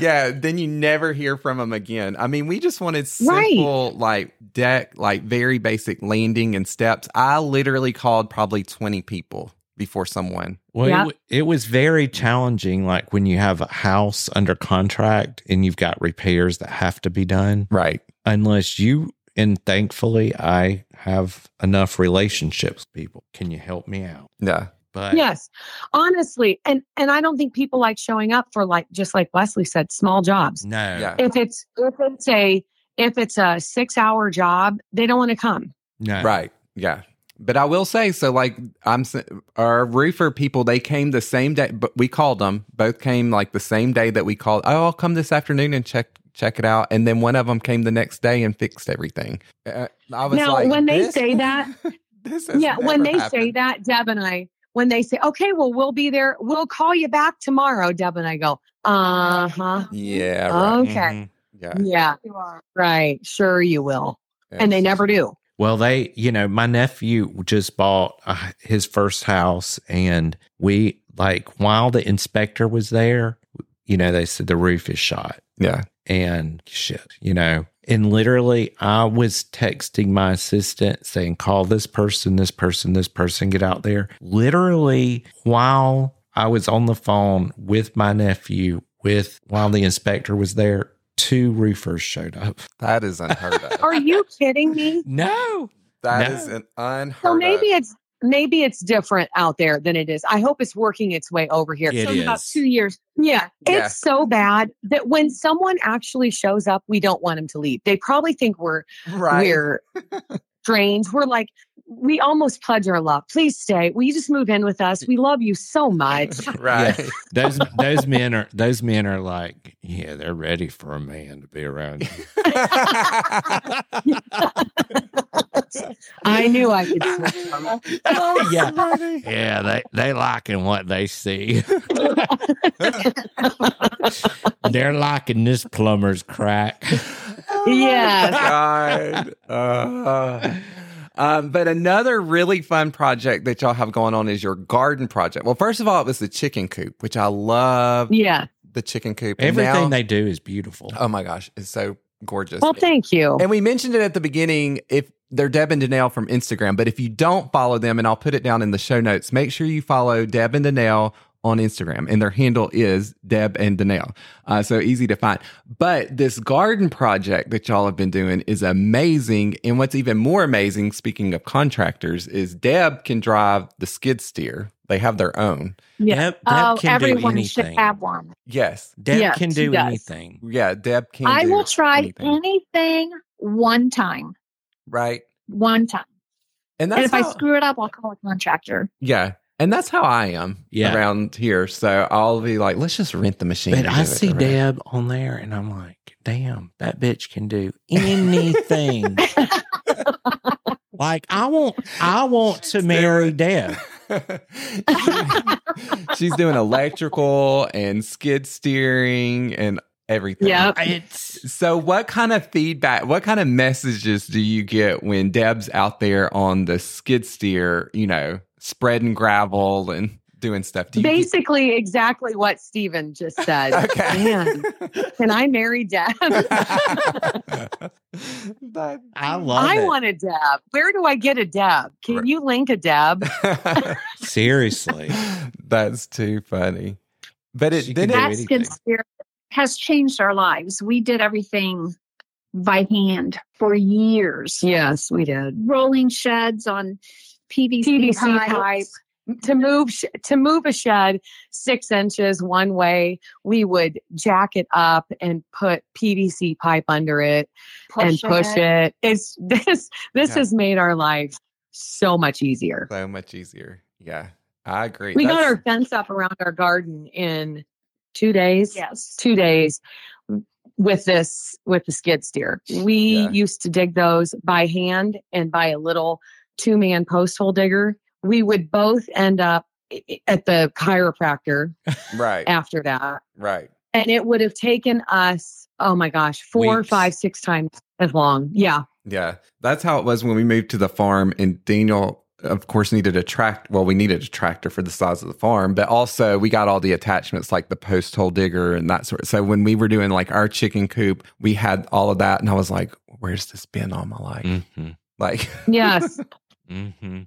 A: yeah, then you never hear from them again. I mean, we just wanted
C: Right.
A: simple, like deck, like very basic landing and steps. I literally called probably 20 people before someone.
B: Well,
C: Yeah.
B: it, w- it was very challenging. Like when you have a house under contract and you've got repairs that have to be done,
A: Right.
B: unless you, and thankfully, I have enough relationships, people. Can you help me out?
A: Yeah.
B: But
C: yes honestly and and i don't think people like showing up for like just like wesley said small jobs
B: no.
A: Yeah.
C: if it's if it's a if it's a six hour job they don't want to come
B: No.
A: Right. Yeah. But I will say, so like I'm s- our roofer people, they came the same day, but we called them. Both came like the same day that we called. Oh, I'll come this afternoon and check check it out. And then one of them came the next day and fixed everything. Uh, I was
C: Now,
A: like,
C: when they
A: "This-
C: say that,
A: This has
C: yeah, when
A: never
C: they say
A: happened.
C: that, Deb and I, when they say, okay, well, we'll be there. We'll call you back tomorrow. Deb and I go, uh huh.
A: Yeah. Right.
C: Okay.
B: Mhm.
A: Yeah.
C: Yeah,
D: You are.
C: right. Sure, you will. And they never do.
B: Well, they, you know, my nephew just bought uh, his first house, and we, like, while the inspector was there, you know, they said the roof is shot
A: Yeah.
B: and shit, you know. And literally, I was texting my assistant saying, call this person, this person, this person, get out there. Literally, while I was on the phone with my nephew, with while the inspector was there, two roofers showed up.
A: That is unheard of.
C: Are you kidding me?
B: No.
A: That
B: No.
A: is an unheard
C: So maybe
A: of.
C: it's maybe it's different out there than it is. I hope it's working its way over here.
B: It
D: so in about
B: is.
D: two years.
C: Yeah,
A: Yeah.
C: it's so bad that when someone actually shows up, we don't want them to leave. They probably think we're
A: right.
C: we're strange. We're like, we almost pledge our love. Please stay. Will you just move in with us? We love you so much.
A: Right.
B: those those men are those men are like yeah they're ready for a man to be around you.
C: I knew I could. switch them.
B: yeah yeah they they liking what they see they're liking this plumber's crack
C: Yes.
A: God. Uh, um, but another really fun project that y'all have going on is your garden project. Well, first of all, it was the chicken coop, which I love
C: Yeah.
A: the chicken coop. And
B: everything
A: now-
B: they do is beautiful
A: oh my gosh, it's so gorgeous.
C: Well, thank you.
A: And we mentioned it at the beginning. If they're Deb and Danelle from Instagram, but if you don't follow them, and I'll put it down in the show notes, make sure you follow Deb and Danelle on Instagram, and their handle is Deb and Danelle. Uh, so easy to find. But this garden project that y'all have been doing is amazing. And what's even more amazing, speaking of contractors, is Deb can drive the skid steer. They have their own.
D: Yeah.
B: Deb, Deb
D: Oh,
B: can do
D: everyone should
B: anything.
D: have one.
A: Yes.
B: Deb
C: Yes,
B: can
C: she
B: do
C: does.
B: anything
A: Yeah. Deb can.
D: I
A: do
D: will try
A: anything.
D: anything one time.
A: Right.
D: One time.
A: And that's
D: and if I
A: how-
D: screw it up, I'll call a contractor.
A: Yeah. And that's how I am
B: Yeah.
A: around here. So I'll be like, let's just rent the machine.
B: but
A: and
B: I
A: do it
B: see
A: around.
B: Deb on there and I'm like damn that bitch can do anything like I want I want to
A: She's
B: marry
A: doing-
B: Deb
A: She's doing electrical and skid steering and everything.
C: Yep.
B: it's
A: So, what kind of feedback, what kind of messages do you get when Deb's out there on the skid steer, you know, spreading gravel and doing stuff? Do you get-
C: Basically, exactly what Steven just said.
A: Okay.
C: Man, can I marry Deb?
A: That-
B: I love
C: I
B: it.
C: want a Deb. Where do I get a Deb? Can you link a Deb?
B: Seriously.
A: That's too funny. But
B: She
A: it then
B: can do
A: it,
D: that
B: anything.
D: skid steer has changed our lives. We did everything by hand for years.
C: Yes, we did.
D: Rolling sheds on PVC,
C: PVC
D: pipe.
C: pipe. to move sh- to move a shed six inches one way we would jack it up and put pvc pipe under it and push it. it's this this
A: Yeah.
C: has made our life so much easier
A: so much easier. Yeah, I agree.
C: we got
A: That's-
C: our fence up around our garden in two days
D: Yes.
C: two days with this with the skid steer we
A: Yeah.
C: used to dig those by hand and by a little two-man post hole digger we would both end up i- i- at the chiropractor
A: right,
C: after that
A: right.
C: and it would have taken us oh my gosh four
B: Weeks.
C: five six times as long yeah
A: Yeah, that's how it was when we moved to the farm, and Daniel, of course, needed a tract. Well, we needed a tractor for the size of the farm, but also we got all the attachments like the post hole digger and that sort. So when we were doing like our chicken coop, we had all of that, and I was like, "Where's this been all my life?"
B: Mm-hmm.
A: Like
C: yes
B: Mm-hmm.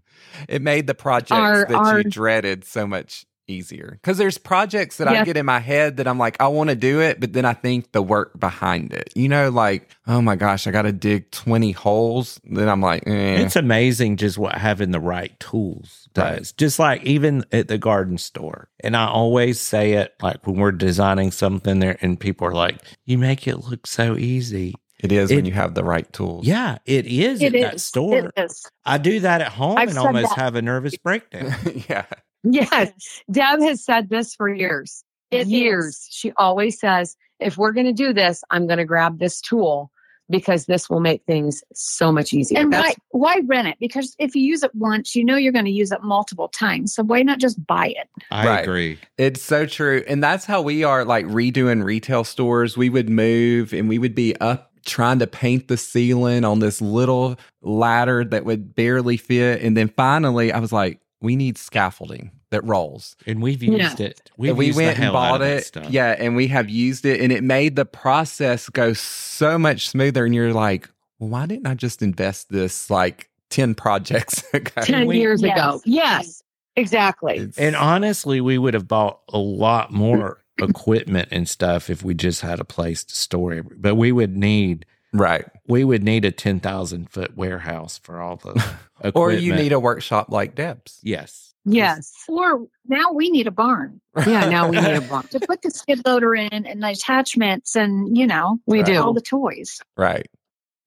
A: It made the projects
C: Our-
A: that
C: our-
A: you dreaded so much easier. Because there's projects that I
C: Yes.
A: get in my head that I'm like, I want to do it, but then I think the work behind it. You know, like, oh my gosh, I got to dig 20 holes. Then I'm like, eh.
B: It's amazing just what having the right tools
A: Right.
B: does. Just like even at the garden store. And I always say it like when we're designing something there and people are like, you make it look so easy.
A: it is when
B: it-
A: you have the right tools.
B: Yeah, it is
D: It
B: at that
D: is.
B: store.
D: It is.
B: I do that at home
D: I've
B: and
D: said
B: almost
D: that.
B: have a nervous breakdown.
A: yeah.
C: yes deb has said this for years
D: It
C: years.
D: is.
C: She always says, if we're going to do this, I'm going to grab this tool because this will make things so much easier.
D: And
C: That's-
D: why why rent it? Because if you use it once, you know you're going to use it multiple times. So why not just buy it?
B: I
A: Right.
B: agree.
A: It's so true. And that's how we are like redoing retail stores. We would move and we would be up trying to paint the ceiling on this little ladder that would barely fit. And then finally, I was like, we need scaffolding that rolls.
B: And we've
C: Yeah.
B: used it. We've
A: And we
B: used the
A: went and
B: hell out
A: bought
B: of that
A: it.
B: stuff.
A: Yeah. And we have used it and it made the process go so much smoother. And you're like, well, why didn't I just invest this like 10 projects ago?
C: 10
B: we-
C: years
D: Yes.
C: ago. Yes, exactly.
A: It's-
B: And honestly, we would have bought a lot more equipment and stuff if we just had a place to store it. But we would need
A: right.
B: we would need a ten thousand foot warehouse for all the equipment.
A: Or you need a workshop like Deb's.
B: yes.
C: Yes.
D: Or now we need a barn
C: Yeah, now we need a bunch.
D: to put the skid loader in and the attachments and you know
C: We
A: Right.
C: do.
D: all the toys.
A: Right.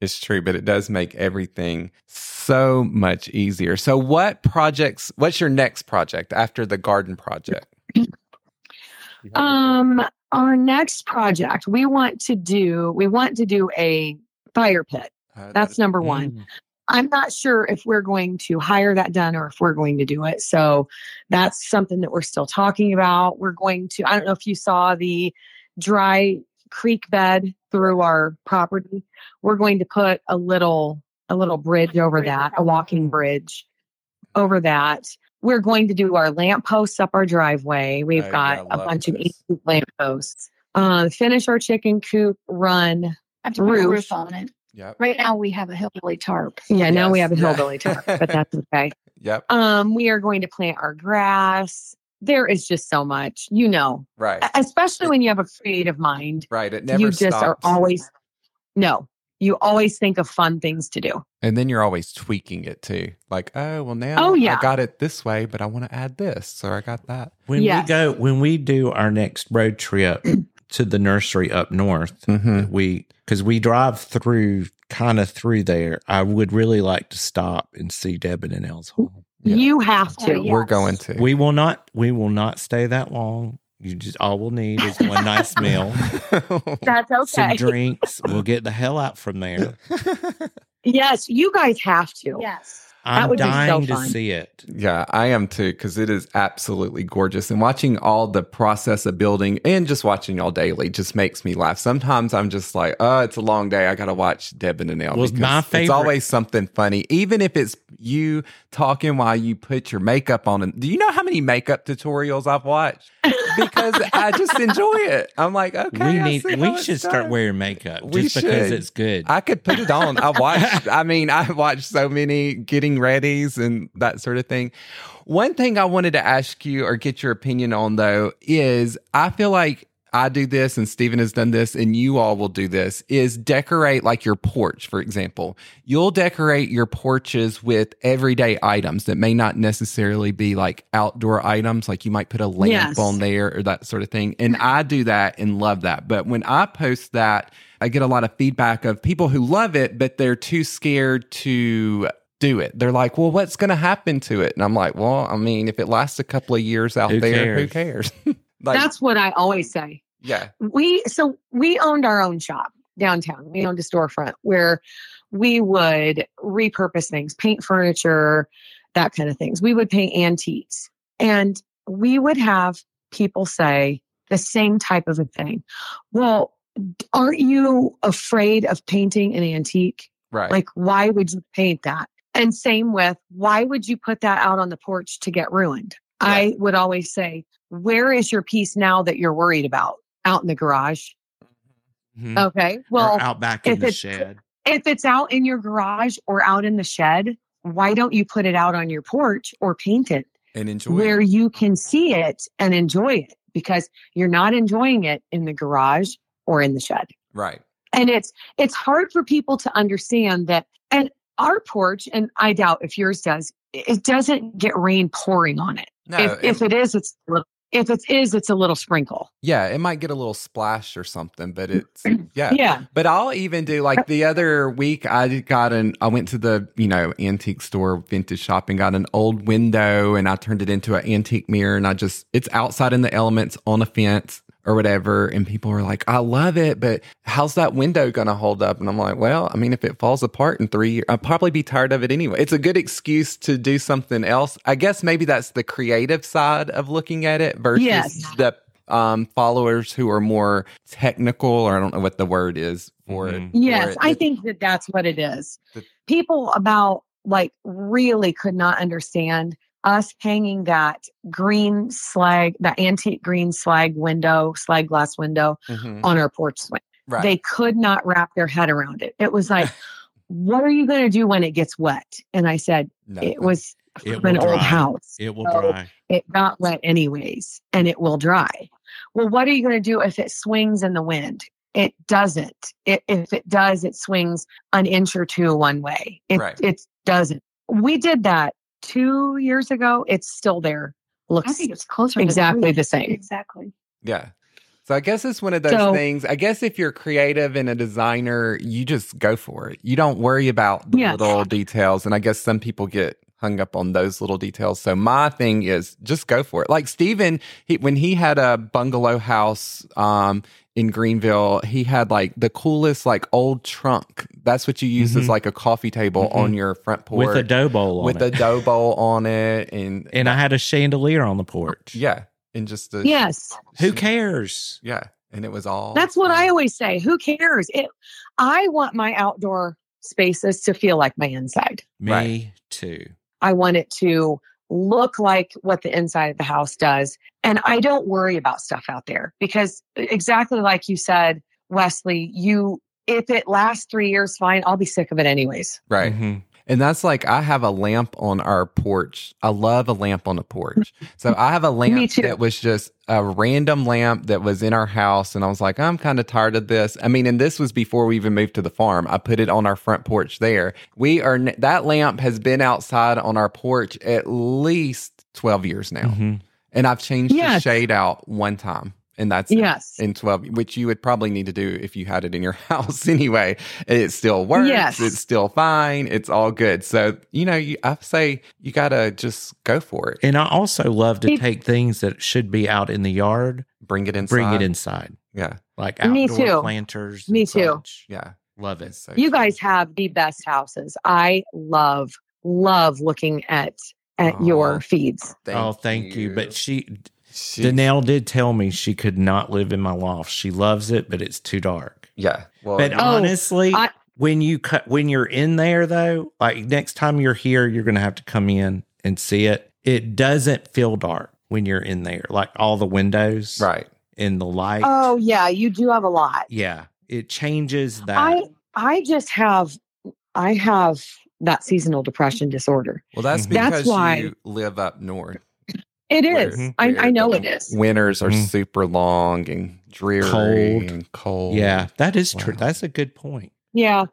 A: It's true, but it does make everything so much easier. So, what projects, what's your next project after the garden project?
C: Um, our next project, we want to do we want to do a fire pit.
A: Uh,
C: That's number one.
B: Mm.
C: I'm not sure if we're going to hire that done or if we're going to do it. So that's something that we're still talking about. We're going to. I don't know if you saw the dry creek bed through our property. We're going to put a little a little bridge over that, a walking bridge over that. We're going to do our lamp posts up our driveway. We've
A: I-
C: got
A: I
C: a
A: love
C: bunch of
A: this.
C: ancient lamp posts. Um, finish our chicken coop run.
D: I have to put a
C: Roof.
D: roof on it.
A: Yep.
D: Right now we have a hillbilly tarp.
C: Yeah, now we
A: Yes,
C: have a
A: yeah.
C: hillbilly tarp, but that's okay.
A: Yep.
C: Um, we are going to plant our grass. There is just so much, you know, e-,
A: Right.
C: especially when you have a creative mind.
A: Right. It never
C: you just
A: stops.
C: are always, no, you always think of fun things to do.
A: and then you're always tweaking it too. Like, oh, well, now
C: Oh, yeah.
A: I got it this way, but I want to add this. Or I got that.
B: When
C: Yes.
B: we go when we do our next road trip to the nursery up north,
A: Mm-hmm.
B: we because we drive through kind of through there. I would really like to stop and see Debin and Elle's home.
A: Yeah.
C: You have
D: Oh,
C: to.
D: yeah.
A: We're going to.
B: We will not we will not stay that long. You just all we'll need is one nice meal,
D: That's
B: some drinks. We'll get the hell out from there.
C: Yes, you guys have to.
D: Yes.
B: I'm
C: would be so
B: dying to
C: fun.
B: see it.
A: Yeah, I am too, because it is absolutely gorgeous. And watching all the process of building and just watching y'all daily just makes me laugh. Sometimes I'm just like, oh, it's a long day. I got to watch Deb and Anel.
B: Well,
A: because
B: my
A: It's
B: favorite-
A: always something funny, even if it's you talking while you put your makeup on. And do you know how many makeup tutorials I've watched? Because I just enjoy it. I'm like, okay,
B: we
A: I
B: need
A: see how
B: we
A: it's
B: should
A: done.
B: start wearing makeup
A: We
B: just because
A: should.
B: it's good.
A: I could put it on. I watched, I mean, I watched so many getting readies and that sort of thing. One thing I wanted to ask you or get your opinion on though is I feel like I do this and Steven has done this and you all will do this is decorate like your porch, for example. You'll decorate your porches with everyday items that may not necessarily be like outdoor items. Like you might put a lamp
C: Yes.
A: on there or that sort of thing. And I do that and love that. But when I post that, I get a lot of feedback of people who love it, but they're too scared to do it. They're like, well, what's going to happen to it? And I'm like, well, I mean, if it lasts a couple of years out
B: Who
A: there, who cares? like,
C: That's what I always say.
A: yeah.
C: we so we owned our own shop downtown. We owned a storefront where we would repurpose things, paint furniture, that kind of things. We would paint antiques. And we would have people say the same type of a thing. Well, aren't you afraid of painting an antique?
A: Right.
C: Like, why would you paint that? And same with, why would you put that out on the porch to get ruined? I would always say, where is your piece now that you're worried about? Out in the garage.
B: Mhm.
C: Okay. Uh, Well,
B: or out back
C: if
B: in the
C: it's-
B: shed.
C: if it's out in your garage or out in the shed, why don't you put it out on your porch or paint it
A: and enjoy.
C: where you can see it and enjoy it? Because you're not enjoying it in the garage or in the shed.
A: Right.
C: and it's it's hard for people to understand that and our porch and i doubt if yours does it doesn't get rain pouring on it
A: No,
C: if, if it is it's a little, if it is it's a little sprinkle
A: yeah, it might get a little splash or something, but it's, yeah.
C: yeah
A: But I'll even do like the other week. I got an. I went to the you know antique store, vintage shop, and got an old window, and I turned it into an antique mirror. And I just it's outside in the elements on a fence. or whatever. And people are like, I love it, but how's that window going to hold up? And I'm like, well, I mean, if it falls apart in three years, I'll probably be tired of it anyway. It's a good excuse to do something else. I guess maybe that's the creative side of looking at it versus
C: Yes.
A: the um, followers who are more technical, or I don't know what the word is for
B: Mhm.
A: it.
C: Yes,
A: for it.
C: I think that that's what it is.
A: The-
C: People about like really could not understand us hanging that green slag, that antique green slag window, slag glass window
B: Mm-hmm.
A: Mhm.
C: on our porch swing.
A: Right.
C: Mm-hmm. They could not wrap their head around it. It was like, what are you going to do when it gets wet? And I said,
A: No.
C: it was
B: It
C: from an
B: will
C: old
B: dry.
C: house.
B: It will
C: So-
B: dry.
C: It got wet anyways, and it will dry. Well, what are you going to do if it swings in the wind? It doesn't. It, if it does, it swings an inch or two one way. It,
A: Right.
C: it doesn't. We did that two years ago. It's still there.
D: I
C: Looks
D: think it's closer. to
C: exactly the
D: three.
C: same.
D: Exactly.
A: Yeah. So I guess it's one of those
C: So-
A: things. I guess if you're creative and a designer, you just go for it. You don't worry about the
C: Yes.
A: little details. And I guess some people get hung up on those little details. So my thing is just go for it. Like Steven, he, when he had a bungalow house um, in Greenville, he had like the coolest like old trunk. That's what you use as
B: Mhm.
A: like a coffee table
B: Mhm.
A: on your front porch
B: With a dough bowl on
A: with a
B: it.
A: dough bowl on it. And,
B: and I had a chandelier on the porch.
A: yeah. And just a,
C: Yes.
B: Who cares?
A: Yeah. And it was all
C: That's what
A: fun.
C: I always say. Who cares? It, I want my outdoor spaces to feel like my inside.
B: Me
A: Right.
B: too.
C: I want it to look like what the inside of the house does. And I don't worry about stuff out there because e, exactly like you said, Wesley, you if it lasts three years, fine, I'll be sick of it anyways.
A: Right.
B: Mhm.
A: And that's like I have a lamp on our porch. I love a lamp on a porch. So I have a lamp
C: too.
A: that was just a random lamp that was in our house and I was like, I'm kind of tired of this. I mean, and this was before we even moved to the farm. I put it on our front porch there. We are n- that lamp has been outside on our porch at least 12 years now.
B: Mhm.
A: And I've changed
C: Yes.
A: the shade out one time. And that's it
C: Yes.
A: in 12 which you would probably need to do if you had it in your house anyway it still works
C: Yes.
A: it's still fine it's all good so you know you, i say you gotta just go for it
B: And I also love to
C: Me-
B: take things that should be out in the yard,
A: bring it inside
B: bring it inside,
A: yeah
B: like outdoor
C: Me too.
B: planters.
C: Me
B: and
C: too.
B: such.
A: yeah
B: Love
A: It's
B: it.
A: so
C: You
A: true.
C: guys have the best houses. I love, love looking at at
A: Aw.
C: your feeds.
B: oh, thank you. But she,
A: She's-
B: Danelle did tell me she could not live in my loft. She loves it, but it's too dark.
A: yeah well
B: But uh,
C: Oh,
B: honestly,
C: I-
B: when you cut, when you're in there though, like next time you're here, you're gonna have to come in and see it. It doesn't feel dark when you're in there, like all the windows
A: right
B: and the light.
C: Oh yeah, you do have a lot.
B: yeah, it changes that.
C: I I just have I have that seasonal depression disorder.
A: well that's
B: Mhm.
A: because
C: That's why-
A: you live up north
C: It
A: Weird.
C: Mm-hmm. is.
B: Mhm.
C: I, I
A: Weird.
C: know it is.
A: winters are
B: Mhm.
A: super long and dreary
B: Cold.
A: and cold
B: yeah, that is true.
A: Wow.
B: That's a good point.
C: Yeah.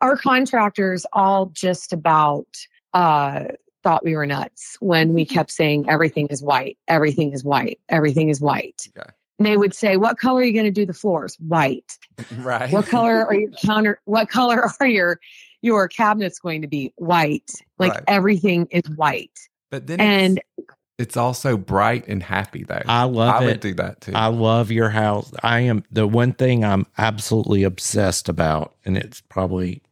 C: Our contractors all just about uh thought we were nuts when we kept saying everything is white, everything is white, everything is white.
A: Okay.
C: And they would say, What color are you gonna do the floors? White.
A: right
C: What color are your counter what color are your your cabinets going to be? White. Like
A: Right.
C: everything is white.
A: but then
C: And
A: it's, it's also bright and happy though
B: I love
A: I
B: it.
A: would do that too.
B: I love your house. I am the one thing I'm absolutely obsessed about, and it's probably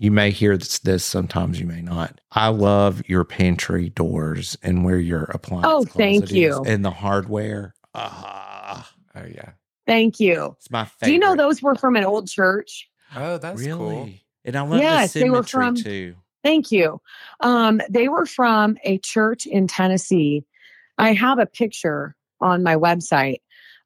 B: you may hear this, this sometimes you may not. I love your pantry doors and where your appliance.
C: Oh, thank
B: closet is
C: you.
B: and the hardware. Ah,
A: oh yeah.
C: thank you.
B: it's my favorite.
C: Do you know those were from an old church?
A: Oh, that's
B: really?
A: cool.
B: And I love
C: Yes,
B: the
C: they were
B: symmetry
C: from-
B: too.
C: Thank you. Um, they were from a church in Tennessee. I have a picture on my website.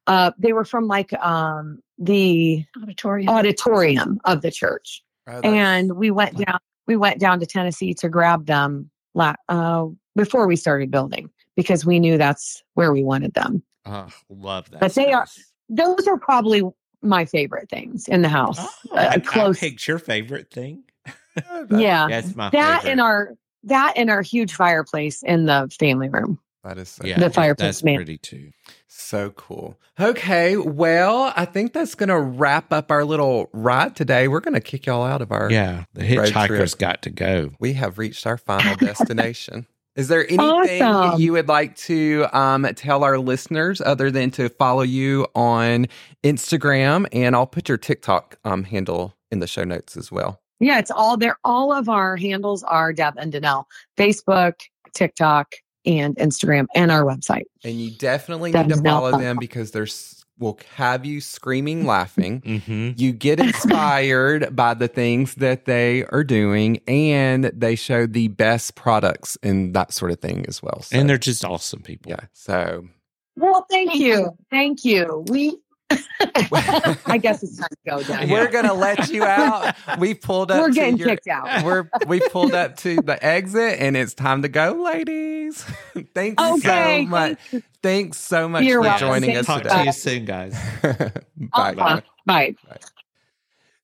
C: Uh, they were from like um, the
D: Auditorium.
C: auditorium of the church,
A: Oh, that's-
C: and we went down. We went down to Tennessee to grab them la- uh, before we started building because we knew that's where we wanted them.
B: Oh, love that.
C: But they are-
B: space.
C: Those are probably my favorite things in the house.
B: Oh,
C: Uh,
B: I-
C: close-
B: I picked your favorite thing.
A: Oh, that-
C: Yeah,
B: That's my
C: that
B: favorite.
C: and our that and our huge fireplace in the family room.
A: that is so,
B: yeah,
C: the fireplace
B: That's
C: man.
B: pretty too.
A: so cool. Okay, well, I think that's gonna wrap up our little ride today. We're gonna kick y'all out of our.
B: Yeah, the
A: road trip.
B: hitchhikers got to go.
A: We have reached our final destination. Is there anything
C: Awesome.
A: you would like to um, tell our listeners other than to follow you on Instagram? And I'll put your TikTok um, handle in the show notes as well.
C: Yeah, it's all there. All of our handles are Deb and Danelle. Facebook, TikTok, and Instagram, and our website.
A: And you definitely
C: That
A: need to
C: is now
A: follow
C: fun.
A: them because they're s- will have you screaming laughing.
B: Mm-hmm.
A: You get inspired by the things that they are doing, and they show the best products and that sort of thing as well. So,
B: And they're just awesome people.
A: yeah, so
C: Well, thank you. Thank you. We, I guess it's time to go down.
A: we're gonna let you out. We pulled up.
C: We're
A: to
C: getting
A: your-
C: kicked out.
A: We're we pulled up to the exit, and it's time to go, ladies. Thanks
C: Okay.
A: so much.
C: thank you.
A: Thanks so much
C: You're
A: for
C: welcome.
A: joining us
B: Talk to
A: today.
B: you soon, guys.
A: Bye.
C: Uh-huh. Bye.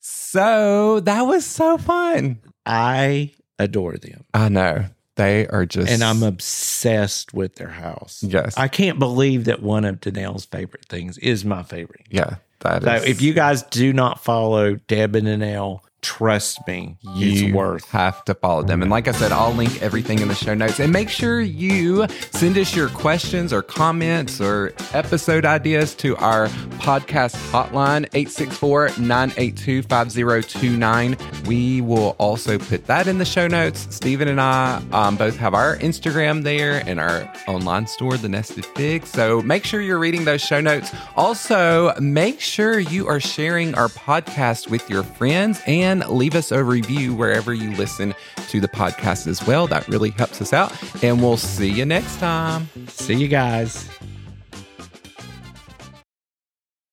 A: So that was so fun.
B: I adore them,
A: I know they are just,
B: and I'm obsessed with their house.
A: yes,
B: I can't believe that one of Danelle's favorite things is my favorite.
A: yeah. That is
B: So if you guys do not follow Deb and Danelle, trust me,
A: you
B: it's worth.
A: have to follow them. And like I said, I'll link everything in the show notes. And make sure you send us your questions or comments or episode ideas to our podcast hotline, 864 982 5029. We will also put that in the show notes. Stephen and I um, both have our Instagram there and our online store, The Nested Fig. So make sure you're reading those show notes. Also, make sure you are sharing our podcast with your friends and leave us a review wherever you listen to the podcast as well. That really helps us out. And we'll see you next time.
B: See you guys.